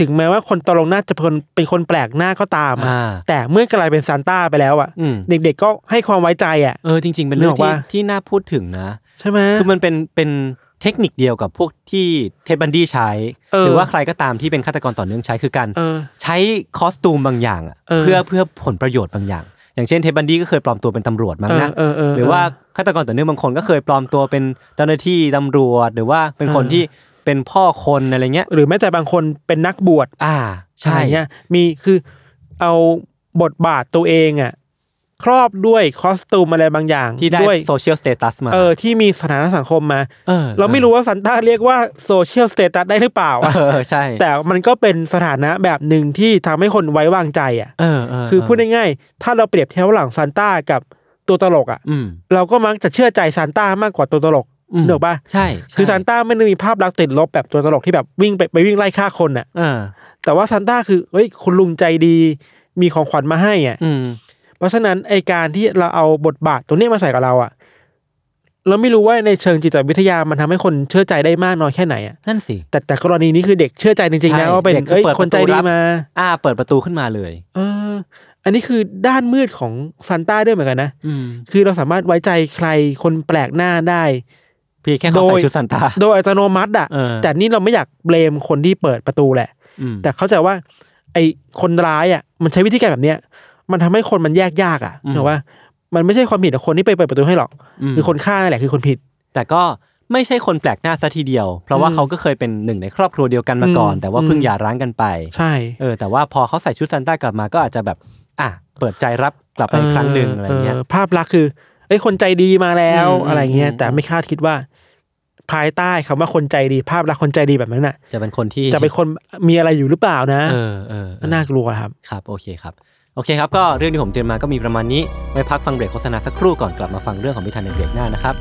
ถึงแม้ว่าคนตกลงหน้าจะเป็นเป็นคนแปลกหน้าก็ตามอ่ะ อ่า แต่เมื่อกลายเป็นซานต้าไปแล้วอ่ะ อืม เด็กๆก็ให้ความไว้ใจอ่ะ เออจริง ๆ เป็นเรื่อง นึกออก ที่ ปะ ที่น่าพูดถึงนะ ใช่ไหม คือมันเป็นเป็นเทคนิคเดียวกับพวกที่เทดบันดี้ใช้ เออ หรือว่าใครก็ตามที่เป็นฆาตกรต่อเนื่องใช้คือการ เออ ใช้คอสตูมบางอย่างอะ เออ เพื่อเพื่อผลประโยชน์บางอย่าง อย่างเช่นเทปบันดี้ก็เคยปลอมตัวเป็นตำรวจมั้งนะ เออเเ หรือว่าฆาตกรต่อเนื่องบางคนก็เคยปลอมตัวเป็นเจ้าหน้าที่ตำรวจ หรือว่าเป็นคนที่เป็นพ่อคนอะไรเงี้ย หรือแม้แต่บางคนเป็นนักบวช อ่าใช่ อะไรเงี้ยมีคือเอาบทบาทตัวเองอ่ะครอบด้วยคอสตูมอะไรบางอย่าง ที่ได้ วย โซเชียลสเตตัสมา เออที่มีสถานะสังคมมา เออ เราไม่รู้ว่าซันต้าเรียกว่าโซเชียลสเตตัสได้หรือเปล่าอะ เออใช่ แต่มันก็เป็นสถานะแบบหนึ่งที่ทำให้คนไว้วางใจอ่ะ เออเเ คือพูดง่ายๆ ถ้าเราเปรียบเทียบระหลังซันต้ากับตัวตลกอ่ะ อืม เราก็มักจะเชื่อใจซันต้ามากกว่าตัวตลก อืม นึกออกปะ ใช่ใช่ คือซานต้าไม่ได้มีภาพลักษณ์ติดลบแบบตัวตลกที่แบบวิ่งไปไปวิ่งไล่ฆ่าคนน่ะ เออ แต่ว่าซานต้าคือเอ้ยคุณลุงใจดี มีของขวัญมาให้อ่ะ อืม เพราะฉะนั้นไอการที่เราเอาบทบาทตรงเนี้ยมาใส่กับเราอ่ะ เราไม่รู้ว่าในเชิงจิตวิทยามันทำให้คนเชื่อใจได้มากน้อยแค่ไหนอ่ะ นั่นสิ แต่แต่กรณีนี้คือเด็กเชื่อใจจริงๆนะ ใช่ ว่าเป็น เด็กคือ เอ้ย เปิด คนใจ ประตู ดี รับ มา อ่า เปิดประตูขึ้นมาเลย เออ อันนี้คือด้านมืดของซานต้าด้วยเหมือนกันนะ อืม คือเราสามารถไว้ใจใครคนแปลกหน้าได้ พี่แค่เขา โด ใส่ ย ชุดซานต้า โดยอัตโนมัติอ่ะ เออ แต่นี่เราไม่อยากเบลมคนที่เปิดประตูแหละ อืม แต่เข้าใจว่า ไอ้คนร้ายอ่ะ มันใช้วิธีการแบบเนี้ย มันทำให้คนมันแยกยากอ่ะเห็นว่า มันไม่ใช่ความผิดของคนที่ไปเปิดประตูให้หรอก ม คือคนฆ่านั่นแหละคือคนผิด แต่ก็ไม่ใช่คนแปลกหน้าซะทีเดียว เพราะว่า อืม เขาก็เคยเป็นหนึ่งในครอบครัวเดียวกันมาก่อน อืม แต่ว่าเพิ่ง อืม หย่าร้างกันไป ใช่ เออ แต่ว่าพอเขาใส่ชุดซานต้ากลับมาก็อาจจะแบบ อ่ะ เปิดใจรับกลับไปอีกครั้งหนึ่งอะไรเงี้ย ภาพลักษณ์คือไอ้ยคนใจดีมาแล้ว อืม อะไรเงี้ย อืม แต่ไม่คาดคิดว่า ภายใต้คำว่าคนใจดีภาพลักษณ์คนใจดีแบบนั้นน่ะ จะเป็นคนที่ จะเป็นคนมีอะไรอยู่หรือเปล่านะ เออเออเออ น่ากลัวครับ ครับ โอเคครับ โอเคครับ ก็เรื่องที่ผมเตรียมมาก็มีประมาณนี้ ไว้พักฟังเบรกโฆษณาสักครู่ก่อนกลับมาฟังเรื่องของพิธันในเบรกหน้านะครับ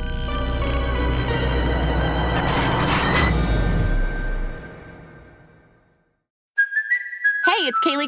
Hey, it's Kaylee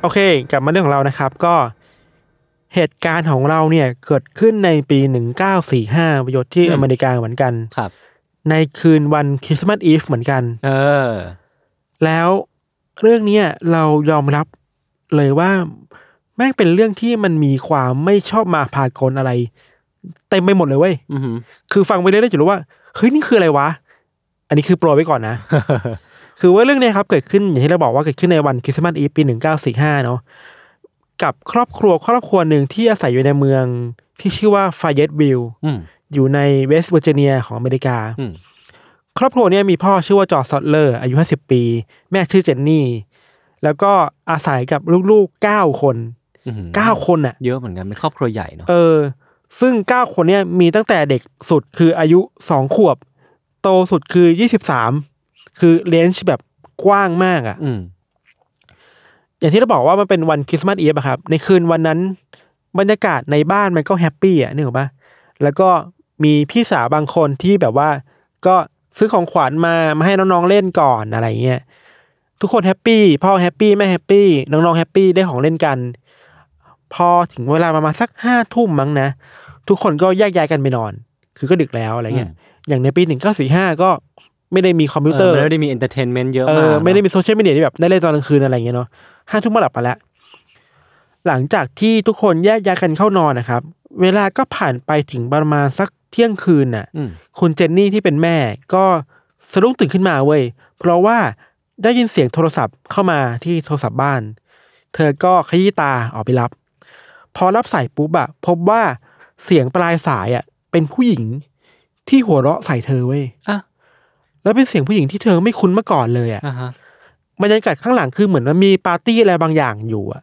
โอเค กลับมาเรื่องของเรานะครับ ก็เหตุการณ์ของเราเนี่ยเกิดขึ้นในปี 1945ประโยชน์ที่ อืม อเมริกาเหมือนกัน ครับ ในคืนวันคริสต์มาสอีฟเหมือนกัน เออ แล้วเรื่องเนี้ยเรายอมรับเลยว่าแม่งเป็นเรื่องที่มันมีความไม่ชอบมาพากลอะไรเต็มไปหมดเลยเว้ย อือหือ คือฟังไปเรื่อยๆจะรู้ว่าเฮ้ยนี่คืออะไรวะ อันนี้คือโปรยไว้ก่อน นะ คือว่าเรื่องเนี้ยครับเกิดขึ้นอย่างที่เราบอกว่าเกิดขึ้นในวันคริสต์มาสอีฟปีหนึ่งเก้าสี่ห้าเนาะกับครอบครัวครอบครัวหนึ่งที่อาศัยอยู่ในเมืองที่ชื่อว่าฟาเยตวิล อืม อยู่ในเวสต์เวอร์จิเนียของอเมริกา อืม ครอบครัวเนี่ยมีพ่อชื่อว่าจอร์จซอตเลอร์ อายุ 50 ปี แม่ชื่อเจนนี่ แล้วก็อาศัยกับลูกๆ 9 คน อือหือ 9 คนน่ะ เยอะเหมือนกันเป็นครอบครัวใหญ่เนาะ เออ ซึ่ง 9 คนเนี่ยมีตั้งแต่เด็กสุดคืออายุ 2 ขวบ โตสุดคือ 23 คือเลนจ์แบบกว้างมากอ่ะ อืม อย่างที่เราบอกว่ามันเป็นวันคริสต์มาสอีฟอะครับ ในคืนวันนั้นบรรยากาศในบ้านมันก็แฮปปี้อะนึกออกปะแล้วก็มีพี่สาวบางคนที่แบบว่า ก็ซื้อของขวัญมามาให้น้องๆเล่นก่อนอะไรเงี้ยทุกคนแฮปปี้พ่อแฮปปี้แม่แฮปปี้น้องๆแฮปปี้ได้ของเล่นกัน พอถึงเวลาประมาณสักห้าทุ่มมั้งนะ ทุกคนก็แยกย้ายกันไปนอน คือก็ดึกแล้วอะไรเงี้ย อืม อย่างในปีหนึ่งเก้าสี่ห้าก็ไม่ได้มีคอมพิว เอ เตอ อ ร์ มันไม่ได้มีเอนเตอร์เทนเมนต์เยอะ เอ มาก อ เนอะ ไม่ได้มีโซเชียลมีเดียที่แบบได้เล่นตอนกลางคืนอะไรอย่างเงี้ยเนาะห้าทุ่มมาหลับไปแล้ว หลังจากที่ทุกคนแยกย้ายกันเข้านอนนะครับ เวลาก็ผ่านไปถึงประมาณสักเที่ยงคืนน่ะ อืม คุณเจนนี่ที่เป็นแม่ก็สะดุ้งตื่นขึ้นมาเว้ย เพราะว่าได้ยินเสียงโทรศัพท์เข้ามาที่โทรศัพท์บ้าน เธอก็ขยี้ตาออกไปรับ พอรับสายปุ๊บอะพบว่าเสียงปลายสายอะเป็นผู้หญิงที่หัวเราะใส่เธอเว้ย อ่ะ แล้วเป็นเสียงผู้หญิงที่เธอไม่คุ้นมาก่อนเลยอะ อ่าฮะ บรรยากาศข้างหลังคือเหมือนมันมีปาร์ตี้อะไรบางอย่างอยู่อะ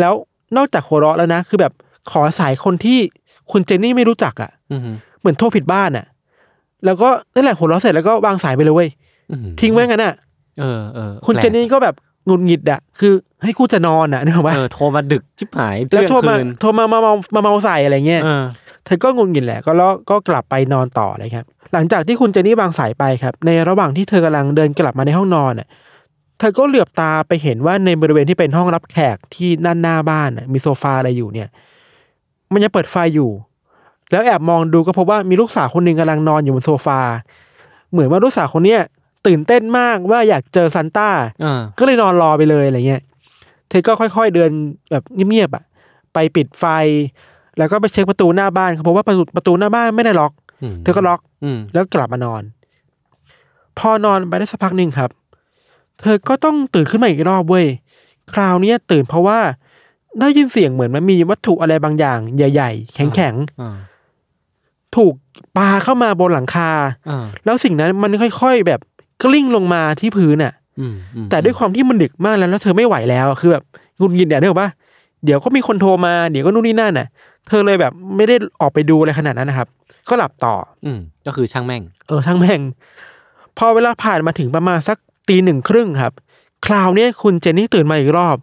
แล้วนอกจากหัวเราะแล้วนะ คือแบบขอสายคนที่คุณเจนนี่ไม่รู้จักอะ อือหือ เหมือนโทรผิดบ้านอะแล้วก็นั่นแหละหัวเราะเสร็จแล้วก็วางสายไปเลยเว้ย อือหือ ทิ้งไว้งั้นอะ เออเออ คุณเจนนี่ก็แบบหงุดหงิดอะคือให้กูจะนอนอะนึกออก แปลก ปะ เออ โทรมาดึกชิบหาย แล้วโทรมา เที่ยงคืน โทรมามาเมามาเมาใส่อะไรเงี้ย เออ เธอก็งุนงินแหละก็แล้วก็กลับไปนอนต่อเลยครับ หลังจากที่คุณเจนนี่วางสายไปครับ ในระหว่างที่เธอกำลังเดินกลับมาในห้องนอนน่ะเธอก็เหลือบตาไปเห็นว่าในบริเวณที่เป็นห้องรับแขกที่ด้านหน้าบ้านน่ะมีโซฟาอะไรอยู่เนี่ย มันยังเปิดไฟอยู่ แล้วแอบมองดูก็พบว่ามีลูกสาวคนหนึ่งกำลังนอนอยู่บนโซฟา เหมือนว่าลูกสาวคนเนี้ยตื่นเต้นมากว่าอยากเจอซันต้า เออ ก็เลยนอนรอไปเลยอะไรเงี้ย เธอก็ค่อยๆเดินแบบเงียบๆอ่ะ ไปปิดไฟ แล้วก็ไปเช็คประตูหน้าบ้านเขาพบว่าประตูประตูหน้าบ้านไม่ได้ล็อก อืม เธอก็ล็อก อืม แล้วกลับมานอน พอนอนไปได้สักพักหนึ่งครับ เธอก็ต้องตื่นขึ้นมาอีกรอบเว้ย คราวเนี้ยตื่นเพราะว่าได้ยินเสียงเหมือนมันมีวัตถุอะไรบางอย่าง ใหญ่ ๆ แข็ง อ่า ๆ ถูกปาเข้ามาบนหลังคา อ่า แล้วสิ่งนั้นมันค่อย ๆ แบบกลิ้งลงมาที่พื้นอ่ะ อืมอืม แต่ด้วยความที่มันดึกมากแล้วแล้วเธอไม่ไหวแล้วอะคือแบบหงุนงินเนี่ยนึกออกปะเดี๋ยวก็มีคนโทรมาเดี๋ยวก็นู่นนี่นั่นน่ะ เธอเลยแบบไม่ได้ออกไปดูอะไรขนาดนั้นนะครับ ก็หลับต่อ อืมก็คือช่างแม่ง เออช่างแม่ง พอเวลาผ่านมาถึงประมาณสักตีหนึ่งครึ่งครับ คราวเนี้ยคุณเจนนี่ตื่นมาอีกรอบ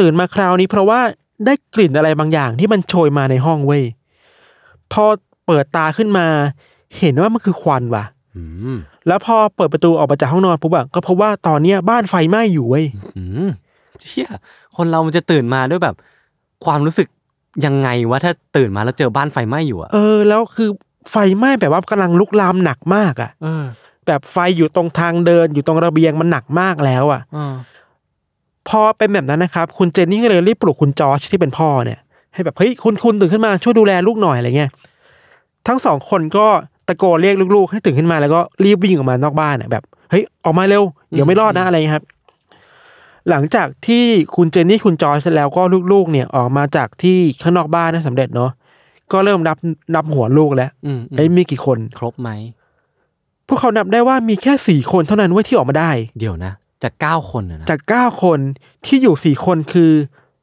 ตื่นมาคราวนี้เพราะว่าได้กลิ่นอะไรบางอย่างที่มันโชยมาในห้องเว้ยพอเปิดตาขึ้นมา เห็นว่ามันคือควันว่ะ อืม แล้วพอเปิดประตูออกมาจากห้องนอนปุ๊บอะก็พบว่าตอนเนี้ยบ้านไฟไหม้อยู่เว้ย อืมเชี่ยคนเรามันจะตื่นมาด้วยแบบ ความรู้สึกยังไงวะถ้าตื่นมาแล้วเจอบ้านไฟไหม้อยู่อะ เออแล้วคือไฟไหม้แบบว่ากำลังลุกลามหนักมากอะ่ะ เออ แบบไฟอยู่ตรงทางเดินอยู่ตรงระเบียงมันหนักมากแล้วอะ่ะ อ่า พอเป็นแบบนั้นนะครับ คุณเจนนี่ก็เลยรีบปลุกคุณจอร์จที่เป็นพ่อเนี่ย ให้แบบเฮ้ยคุณคุณตื่นขึ้นมาช่วยดูแลลูกหน่อยอะไรเงี้ยทั้งสองคนก็ตะโกนเรียกลูกๆ ให้ตื่นขึ้นมาแล้วก็รีบวิ่งออกมานอกบ้านอะแบบเฮ้ยออกมาเร็วเดี๋ยวไม่รอดนะอะไรเงี้ยครับ หลังจากที่คุณเจนนี่คุณจอร์จแล้วก็ลูกๆ เนี่ยออกมาจากที่ข้างนอกบ้านนะสำเร็จเนาะก็เริ่มนับนับหัวลูกแล้ว อืมอืม เอ้ยมีกี่คน ครบไหม พวกเขานับได้ว่ามีแค่สี่คนเท่านั้นเว้ยที่ออกมาได้ เดี๋ยวนะ จากเก้าคนอะนะ จากเก้าคนที่อยู่สี่คนคือ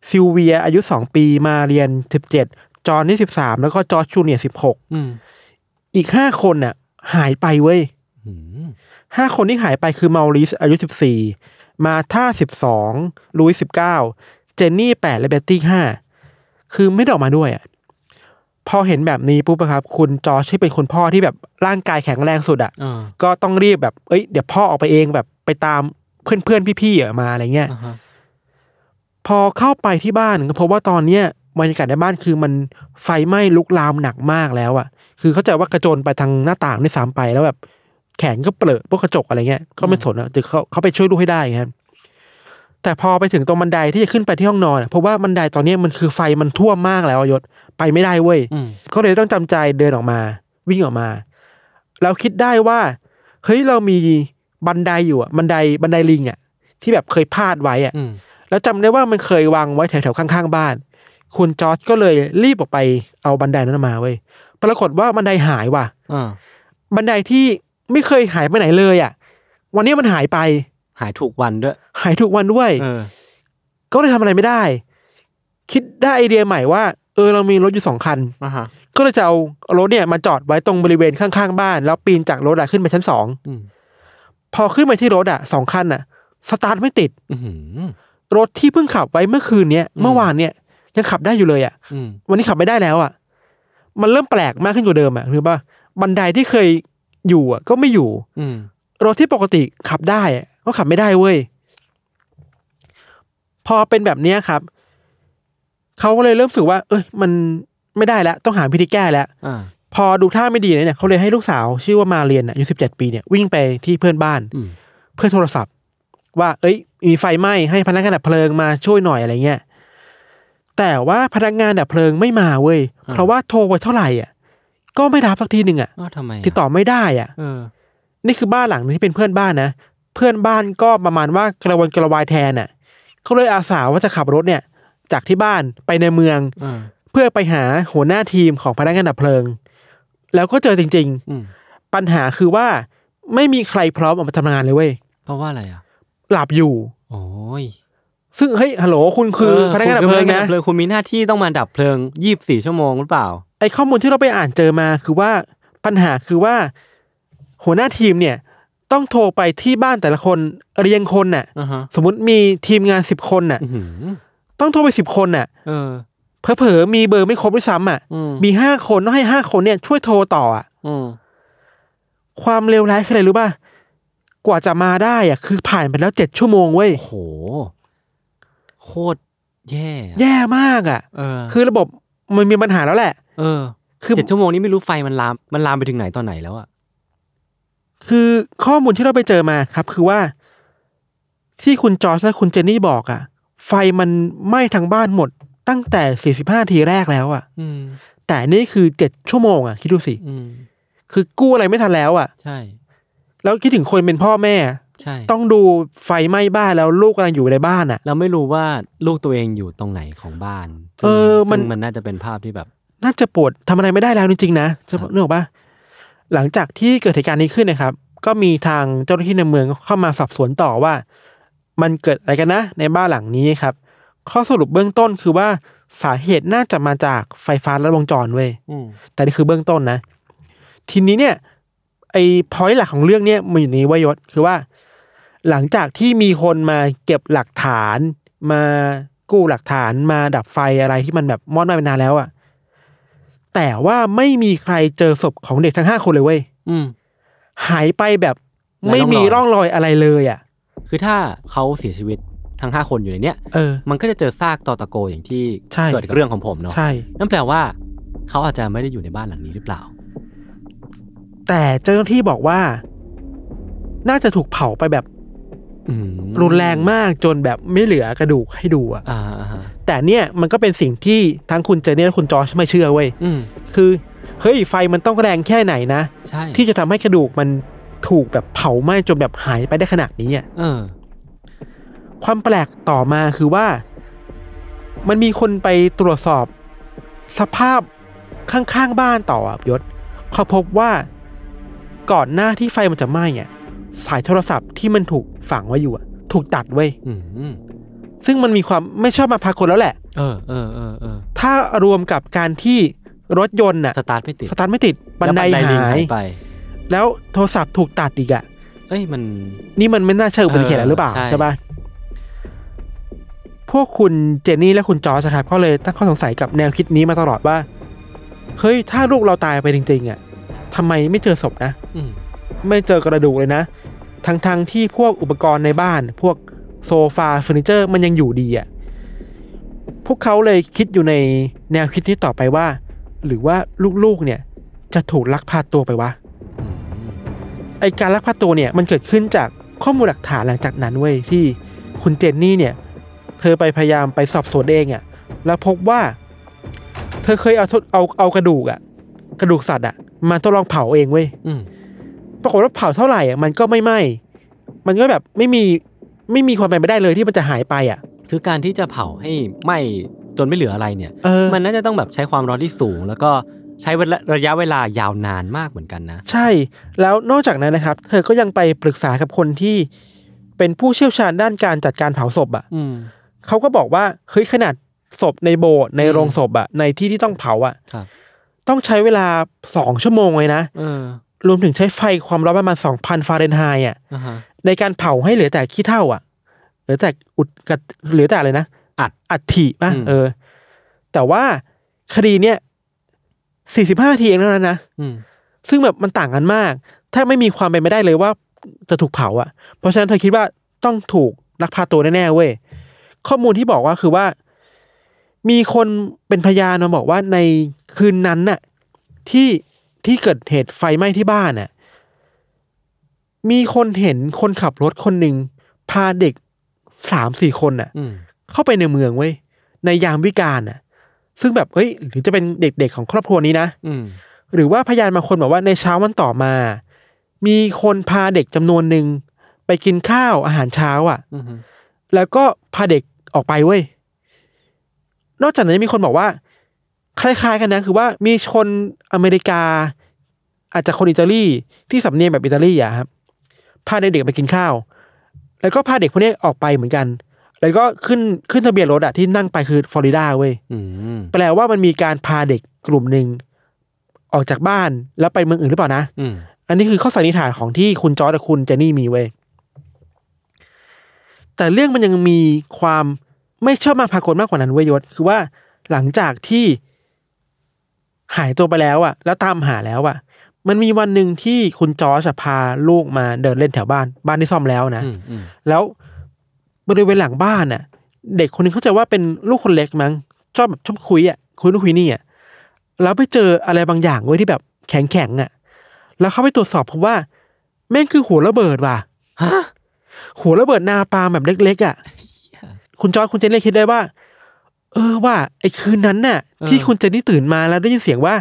ซิลเวียอายุสองปีมาเรียนสิบเจ็ดจอห์นนี่สิบสามแล้วก็จอร์จจูเนียสิบหก อืม อีกห้าคนน่ะ หายไปเว้ย อืม ห้าคนที่หายไปคือเมาริสอายุสิบสี่มาท่าสิบสองลุยสิบเก้าเจนนี่แปดและเบตตี้ห้าคือไม่ได้ออกมาด้วยอ่ะพอเห็นแบบนี้ปุ๊บอะครับ คุณจอร์จที่เป็นคุณพ่อที่แบบร่างกายแข็งแรงสุดอ่ะ อ่า ก็ต้องรีบแบบ เอ้ย เดี๋ยวพ่อออกไปเองแบบไปตามเพื่อนเพื่อนๆพี่ๆอะมาอะไรเงี้ย อ่าฮะ พอเข้าไปที่บ้านก็พบว่าตอนเนี้ยบรรยากาศในบ้านคือมันไฟไหม้ลุกลามหนักมากแล้วอะคือเข้าใจว่ากระโจนไปทางหน้าต่างด้วยซ้ำไปแล้วแบบ แขนก็เปลอะพวกกระจกอะไรเงี้ย ก็ไม่สนอะจึงเขาเขาไปช่วยลูกให้ได้ครับ แต่พอไปถึงตรงบันไดที่จะขึ้นไปที่ห้องนอนอะเพราะว่าบันไดตอนเนี้ยมันคือไฟมันท่วมมากแล้วอะยศไปไม่ได้เว้ย อืม ก็เลยต้องจำใจเดินออกมา วิ่งออกมา เราคิดได้ว่า เฮ้ยเรามีบันไดอยู่อะบันไดบันไดลิงอะที่แบบเคยพาดไว้อะ อืม แล้วจำได้ว่ามันเคยวางไว้แถวๆข้างๆบ้าน คุณจอร์จก็เลยรีบออกไปเอาบันไดนั้นมาเว้ยปรากฏว่าบันไดหายว่ะ อ่า บันไดที่ไม่เคยหายไปไหนเลยอะวันนี้มันหายไป หายถูกวันด้วย หายทุกวันด้วย เออ ก็เลยทำอะไรไม่ได้ คิดได้ไอเดียใหม่ว่า เออเรามีรถอยู่สองคัน อ่าฮะ ก็เลยจะเอารถเนี่ยมาจอดไว้ตรงบริเวณข้างๆบ้าน แล้วปีนจากรถอะขึ้นไปชั้นสอง อืม พอขึ้นไปที่รถอะสองคันอะสตาร์ทไม่ติด อื้อหือ รถที่เพิ่งขับไว้เมื่อคืนเนี้ยเมื่อวานเนี่ยยังขับได้อยู่เลยอะ อืม วันนี้ขับไม่ได้แล้วอะมันเริ่มแปลกมากขึ้นกว่าเดิมอะคือว่าบันไดที่เคยอยู่อะก็ไม่อยู่ อืม รถที่ปกติขับได้อะก็ขับไม่ได้เว้ย พอเป็นแบบเนี้ยครับ เขาก็เลยเริ่มรู้สึกว่า เอ้ย มันไม่ได้แล้ว ต้องหาวิธีแก้แล้ว อ่า พอดูท่าไม่ดีเนี่ยเขาเลยให้ลูกสาวชื่อว่ามาเรียนน่ะอายุสิบเจ็ดปีเนี่ยวิ่งไปที่เพื่อนบ้าน อืม เพื่อโทรศัพท์ ว่า เอ้ย มีไฟไหม้ให้พนักงานดับเพลิงมาช่วยหน่อยอะไรเงี้ยแต่ว่าพนักงานดับเพลิงไม่มาเว้ยเพราะว่าโทรไปเท่าไหร่อ่ะ ก็ไม่รับสักทีหนึ่งอ่ะ อ้าวทำไมะ ติดต่อไม่ได้อ่ะ เออ นี่คือบ้านหลังนึงที่เป็นเพื่อนบ้านนะ เพื่อนบ้านก็ประมาณว่ากระวนกระวายแทนน่ะเขาเลยอาสาว่าจะขับรถเนี่ย จากที่บ้านไปในเมือง เออ เพื่อไปหาหัวหน้าทีมของพนักงานดับเพลิง แล้วก็เจอจริง อืม ๆ ปัญหาคือว่าไม่มีใครพร้อมออกมาทำงานเลยเว้ย เพราะว่าอะไรอ่ะ หลับอยู่ โอ้ย ซึ่งเฮ้ยฮัลโหลคุณคือพนักงานดับเพลิง คุณคือพนักงาน นะ ดับเพลิงคุณมีหน้าที่ต้องมาดับเพลิงยี่บสี่ชั่วโมงหรือเปล่า ไอข้อมูลที่เราไปอ่านเจอมาคือว่าปัญหาคือว่า หัวหน้าทีมเนี่ย ต้องโทรไปที่บ้านแต่ละคนเรียงคนน่ะ อ่าฮะ สมมติมีทีมงานสิบคนน่ะ อื้อหือ ต้องโทรไปสิบคนน่ะ เออ เผลอๆมีเบอร์ไม่ครบด้วยซ้ำอ่ะ อืม มีห้าคนต้องให้ห้าคนเนี่ยช่วยโทรต่ออ่ะ อืม ความเลวร้ายคืออะไรรู้ป่ะ กว่าจะมาได้อ่ะคือผ่านไปแล้วเจ็ดชั่วโมงเว้ย โอ้โห โคตรแย่อะ แย่มากอ่ะ เออ คือระบบมันมีปัญหาแล้วแหละ เออ คือ เจ็ดชั่วโมงนี้ไม่รู้ไฟมันลาม มันลามไปถึงไหนตอนไหนแล้วอ่ะ คือข้อมูลที่เราไปเจอมาครับ คือว่า ที่คุณจอร์จและคุณเจนนี่บอกอ่ะ ไฟมันไหม้ทั้งบ้านหมด ตั้งแต่สี่สิบห้าทีแรกแล้วอ่ะ อืม แต่นี่คือเจ็ดชั่วโมงอ่ะคิดดูสิ อืม คือกู้อะไรไม่ทันแล้วอ่ะ ใช่ แล้วคิดถึงคนเป็นพ่อแม่ ใช่ ต้องดูไฟไหม้บ้านแล้วลูกกำลังอยู่ในบ้านอ่ะ เราไม่รู้ว่าลูกตัวเองอยู่ตรงไหนของบ้านซึ่ง เออมัน ซึ่งมันน่าจะเป็นภาพที่แบบ น่าจะปวดทำอะไรไม่ได้แล้วจริงๆนะ ครับ นึกออกปะหลังจากที่เกิดเหตุการณ์นี้ขึ้นนะครับ ก็มีทางเจ้าหน้าที่ในเมืองเข้ามาสอบสวนต่อว่า มันเกิดอะไรกันนะ ในบ้านหลังนี้ครับ ข้อสรุปเบื้องต้นคือว่าสาเหตุน่าจะมาจากไฟฟ้าลัดวงจรเว้ยแต่นี่คือเบื้องต้นนะ ทีนี้เนี่ย ไอ้พอยต์หลักของเรื่องเนี่ยมันอยู่ในนี้เวยยศคือว่า หลังจากที่มีคนมาเก็บหลักฐาน มากู้หลักฐานมาดับไฟอะไรที่มันแบบมอดมาเป็นนานแล้วอะ แต่ว่าไม่มีใครเจอศพของเด็กทั้งห้าคนเลยเว้ย อืม หายไปแบบไม่มี ไร้ ร่ ร่ อ องง ร ร อ อย ย อะไรเลยอ่ะ คือถ้าเขาเสียชีวิตทั้งห้าคนอยู่ในเนี้ย เออ มันก็จะเจอซากตอตะโกอย่างที่ ใช่ เกิดเรื่องของผมเนาะ ใช่ นั่นแปลว่า เขาอาจจะไม่ได้อยู่ในบ้านหลังนี้หรือเปล่า แต่เจ้าหน้าที่บอกว่า น่าจะถูกเผาไปแบบ อืม รุนแรงมากจนแบบไม่เหลือกระดูกให้ดูอ่ะ อ่าอ่าฮะ แต่เนี่ยมันก็เป็นสิ่งที่ทั้งคุณเจเนี่ยและคุณจอชไม่เชื่อเว้ย อืม คือเฮ้ยไฟมันต้องแรงแค่ไหนนะ ใช่ ที่จะทำให้กระดูกมันถูกแบบเผาไหม้จนแบบหายไปได้ขนาดนี้อ่ะ เออ ความแปลกต่อมาคือว่า มันมีคนไปตรวจสอบ สภาพข้างๆบ้านต่ออะยศเขาพบว่าก่อนหน้าที่ไฟมันจะไหม้เนี่ยสายโทรศัพท์ที่มันถูกฝังไว้อยู่อะถูกตัดไว้ย อืม ซึ่งมันมีความไม่ชอบมาพากลแล้วแหละ เออเออเออเออ ถ้ารวมกับการที่รถยนต์น่ะ สตาร์ทไม่ติด สตาร์ทไม่ติดบันได แล้วลิง หาย ไป แล้วโทรศัพท์ถูกตัดอีกอะ เอ้ยมัน นี่มันไม่น่าเชื่ออุบัติเหตุอะไรหรือเปล่า เออใช่ ใช่ปะพวกคุณเจนนี่และคุณจอร์จอะครับก็เลยตั้งข้อสงสัยกับแนวคิดนี้มาตลอดว่า เฮ้ย ถ้าลูกเราตายไปจริงๆอ่ะทำไมไม่เจอศพนะ อืม ไม่เจอกระดูกเลยนะ ทั้งๆทที่พวกอุปกรณ์ในบ้าน พวกโซฟาเฟอร์นิเจอร์มันยังอยู่ดีอ่ะ พวกเขาเลยคิดอยู่ในแนวคิดนี้ต่อไปว่า หรือว่าลูกๆเนี่ยจะถูกลักพาตัวไปวะ อืม ไอการลักพาตัวเนี่ยมันเกิดขึ้นจากข้อมูลหลักฐานหลังจากนั้นเว้ยที่คุณเจนนี่เนี่ย เธอไปพยายามไปสอบสวนเองอะ่ะแล้วพบว่า เธอเคยเอาทดเอาเอากระดูกอะ่ะ กระดูกสัตว์อะ่ะมาทดลองเผาเองเว้ย อืม ปรากฏว่าเผาเท่าไหร่อะ่ะมันก็ไม่ไหม้มันก็แบบไม่มีไม่มีความเป็นไปได้เลยที่มันจะหายไปอะ่ะ คือการที่จะเผาให้ไหม้จนไม่เหลืออะไรเนี่ย เออ มันน่าจะต้องแบบใช้ความร้อนที่สูง แล้วก็ใช้เวลาระยะเวลายาวนานมากเหมือนกันนะ ใช่ แล้วนอกจากนั้นนะครับ เธอก็ยังไปปรึกษากับคนที่เป็นผู้เชี่ยวชาญด้านการจัดการเผาศพอ่ะ อืม เขาก็บอกว่าเฮ้ยขนาดศพในโบสถ์ในโรงศพอะในที่ที่ต้องเผาอะ ครับ ต้องใช้เวลาสองชั่วโมงเลยนะ เออ รวมถึงใช้ไฟความร้อนประมาณสองพันฟาเรนไฮต์อะ อ่าฮะ ในการเผาให้เหลือแต่ขี้เถ้าอะเหลือแต่อุดกัดเหลือแต่อะไรนะ อัด อัฐิป่ะ อืม เออ แต่ว่าคดีเนี้ยสี่สิบห้าทีเองเท่านั้นนะ อืม ซึ่งแบบมันต่างกันมาก ถ้าไม่มีความเป็นไปได้เลยว่าจะถูกเผาอะ่ะ เพราะฉะนั้นเธอคิดว่าต้องถูกลักพาตัวแน่ๆเว้ย ข้อมูลที่บอกว่าคือว่า มีคนเป็นพยานมาบอกว่าในคืนนั้นน่ะ ที่ที่เกิดเหตุไฟไหม้ที่บ้านน่ะ มีคนเห็นคนขับรถคนหนึ่งพาเด็กสามสี่คนน่ะ อืม เข้าไปในเมืองเว้ย ในยามวิกาลน่ะ ซึ่งแบบเฮ้ยหรือจะเป็นเด็กๆของครอบครัวนี้นะ อืม หรือว่าพยานบางคนบอกว่าในเช้าวันต่อมา มีคนพาเด็กจำนวนหนึ่งไปกินข้าวอาหารเช้าอะ่ะ อืม แล้วก็พาเด็กออกไปเว้ย นอกจากนั้นยังมีคนบอกว่า คล้ายๆกันนะคือว่ามีคนอเมริกา อาจจะคนอิตาลีที่สำเนียงแบบอิตาลีอะครับพาเด็กๆไปกินข้าว แล้วก็พาเด็กพวกนี้ออกไปเหมือนกัน แล้วก็ขึ้นขึ้นทะเบียนรถอะที่นั่งไปคือฟลอริดาเว้ย อืม แปลว่ามันมีการพาเด็กกลุ่มหนึ่งออกจากบ้านแล้วไปเมืองอื่นหรือเปล่านะ อืม อันนี้คือข้อสันนิษฐานของที่คุณจอร์ดกับคุณเจนนี่มีเว้ยแต่เรื่องมันยังมีความไม่ชอบมาพากลมากกว่านั้นเว้ยยศคือว่าหลังจากที่หายตัวไปแล้วอะแล้วตามหาแล้วอะมันมีวันหนึ่งที่คุณจอร์จอะพาลูกมาเดินเล่นแถวบ้าน บ้านที่ซ่อมแล้วนะ อืมอืม แล้วบริเวณหลังบ้านน่ะ เด็กคนนึงเข้าใจว่าเป็นลูกคนเล็กมั้งชอบแบบชอบคุยอ่ะคุยนู่นคุยนี่อ่ะแล้วไปเจออะไรบางอย่างไว้ยที่แบบแข็งแข็งๆอ่ะ แล้วเข้าไปตรวจสอบพบว่า แม่งคือหัวระเบิดว่ะหัวระเบิดนาปาล์มแบบเล็กๆอ่ะคุณจอยคุณเจนเลยคิดได้ว่า เออว่าไอ้คืนนั้นน่ะ ที่คุณเจนนี่ตื่นมาแล้วได้ยินเสียงว่า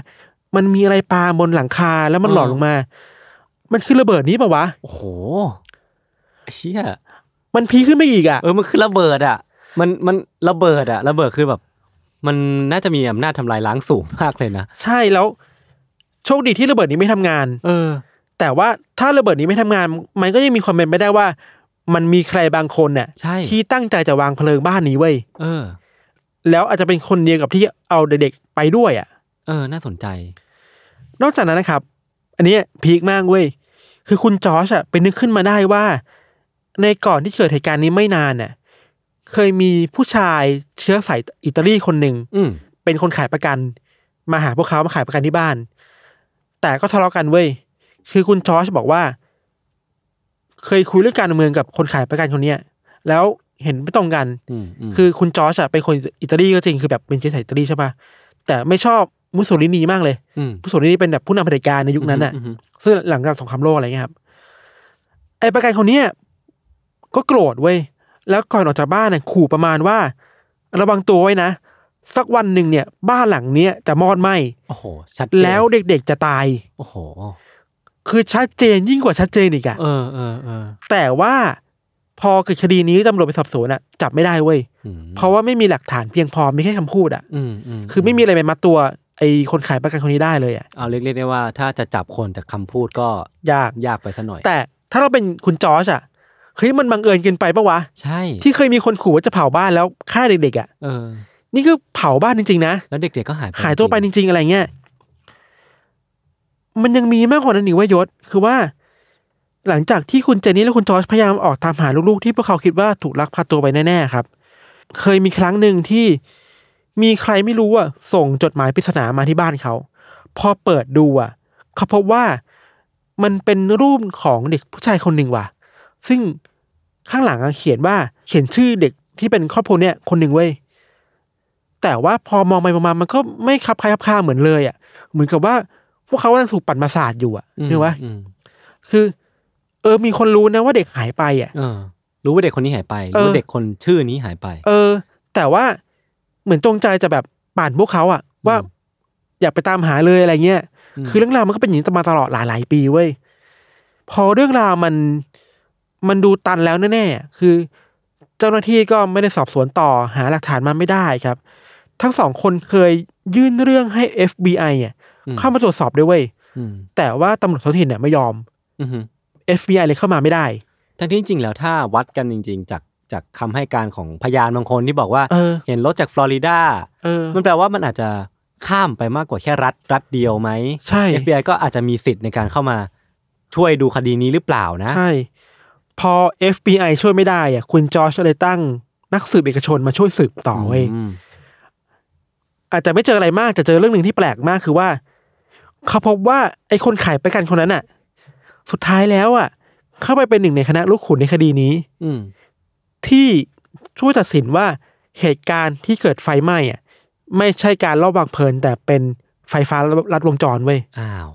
มันมีอะไรปาบนหลังคาแล้วมันหล่นลงมา มันคือระเบิดนี้ปะวะ โอ้โห เชี่ย มันพีคขึ้นไปอีกอ่ะ เออมันคือระเบิดอ่ะ มันมันระเบิดอ่ะ ระเบิดคือแบบ มันน่าจะมีอำนาจทำลายล้างสูงมากเลยนะ ใช่แล้ว โชคดีที่ระเบิดนี้ไม่ทำงาน เออ แต่ว่าถ้าระเบิดนี้ไม่ทำงาน มันก็ยังมีความเป็นไปได้ว่า มันมีใครบางคนเนี่ย ใช่ ที่ตั้งใจจะวางเพลิงบ้านนี้เว้ย เออ แล้วอาจจะเป็นคนเดียวกับที่เอาเด็กๆไปด้วยอ่ะ เออ น่าสนใจ นอกจากนั้นนะครับ อันนี้พีคมากเว้ย คือคุณจอชอะไปนึกขึ้นมาได้ว่า ในก่อนที่เกิดเหตุการณ์นี้ไม่นานน่ะ เคยมีผู้ชายเชื้อสายอิตาลีคนหนึ่ง อืม เป็นคนขายประกัน มาหาพวกเขามาขายประกันที่บ้าน แต่ก็ทะเลาะกันเว้ย คือคุณจอชบอกว่า เคยคุยเรื่องการเมืองกับคนขายประกันคนเนี้ย แล้วเห็นไม่ตรงกัน อืมม คือคุณจอชอะเป็นคนอิตาลีก็จริงคือแบบเป็นเชื้อสายอิตาลีใช่ปะแต่ไม่ชอบมุสโซลินีมากเลย ม ผู้สูงอายุนี่เป็นแบบผู้นำเผด็จการในยุคนั้นน่ะ มม ซึ่งหลังจากสงครามโลกอะไรเงี้ยครับ ไอ้ประกันคนเนี้ยก็โกรธเว้ย แล้วก่อนออกจากบ้านน่ะขู่ประมาณว่า ระวังตัวไว้นะ สักวันหนึ่งเนี่ย บ้านหลังเนี้ยจะมอดไหม้ โอ้โห ชัดเจน แล้วเด็กๆจะตาย โอ้โห คือชัดเจนยิ่งกว่าชัดเจนอีกอะ เออเออเออ แต่ว่าพอเกิดคดีนี้ตำรวจไปสอบสวนอะจับไม่ได้เว้ย อืม เพราะว่าไม่มีหลักฐานเพียงพอมีแค่คำพูดอะ อืมอืม คือไม่มีอะไรไปมัดตัว ไอ้คนขายประกันคนนี้ได้เลยอะ เอาเรียกๆได้ว่าถ้าจะจับคนจากคำพูดก็ ยาก ยากไปซะหน่อย แต่ถ้าเราเป็นคุณจอชอะเฮ้ยมันบังเอิญเกินไปปะวะ ใช่ ที่เคยมีคนขู่ว่าจะเผาบ้านแล้วฆ่าเด็กๆอะ เออ นี่คือเผาบ้านจริงๆนะ แล้วเด็กๆก็หายไป หายตัวไปจริงๆอะไรเงี้ยมันยังมีมากกว่านั้นอีกเว่ายศ คือว่า หลังจากที่คุณเจนนี่และคุณจอชพยายามออกตามหาลูกๆ ที่พวกเขาคิดว่าถูกลักพาตัวไปแน่ๆครับ เคยมีครั้งหนึ่งที่มีใครไม่รู้อ่ะส่งจดหมายปริศนามาที่บ้านเขา พอเปิดดูอ่ะ เขาพบว่ามันเป็นรูปของเด็กผู้ชายคนหนึ่งว่ะ ซึ่งข้างหลังอะเขียนว่าเขียนชื่อเด็กที่เป็นครอบครัวเนี่ยคนหนึ่งเว้ย แต่ว่าพอมองไปมองมามันก็ไม่คับคล้ายคับคาเหมือนเลยอ่ะ เหมือนกับว่าพวกเขากำลังถูกปั่นมาศาสตร์อยู่อ่ะ อืม นึกว่า อืม คือ เออ มีคนรู้นะว่าเด็กหายไปอ่ะ เออ รู้ว่าเด็กคนนี้หายไปรู้ว่าเด็กคนชื่อนี้หายไป เออ แต่ว่าเหมือนจงใจจะแบบป่านพวกเขาอ่ะ ว่า อืม อยากไปตามหาเลยอะไรเงี้ย ม คือเรื่องราวมันก็เป็นอย่างนี้มาตลอดหลายๆปีเว้ย พอเรื่องราวมันมันดูตันแล้วแน่ๆ คือ เจ้าหน้าที่ก็ไม่ได้สอบสวนต่อหาหลักฐานมาไม่ได้ครับ ทั้งสองคนเคยยื่นเรื่องให้ FBI อ่ะ อื เข้ามาตรวจสอบด้วยเว้ย อืม แต่ว่าตำรวจท้องถิ่นเนี่ยไม่ยอม อือฮึ FBI เลยเข้ามาไม่ได้ ทั้งที่จริงๆแล้วถ้าวัดกันจริง ๆ จากจากคำให้การของพยานบางคนที่บอกว่า เออ เห็นรถจากฟลอริดา เออ มันแปลว่ามันอาจจะข้ามไปมากกว่าแค่รัฐรัฐเดียวไหม ใช่ FBI ก็อาจจะมีสิทธิ์ในการเข้ามาช่วยดูคดีนี้หรือเปล่านะ ใช่ พอ FBI ช่วยไม่ได้อ่ะ คุณจอชเลยตั้งนักสืบเอกชนมาช่วยสืบต่อเว้ย ม อาจจะไม่เจออะไรมากแต่เจอเรื่องหนึ่งที่แปลกมากคือว่า เขาพบว่าไอ้คนขายประกันคนนั้นอ่ะ สุดท้ายแล้วอ่ะ เข้าไปเป็นหนึ่งในคณะลูกขุนในคดีนี้ อืม ที่ช่วยตัดสินว่าเหตุการณ์ที่เกิดไฟไหม้อ่ะ ไม่ใช่การลอบวางเพลิงแต่เป็นไฟฟ้าลัดวงจรเว้ย อ้าว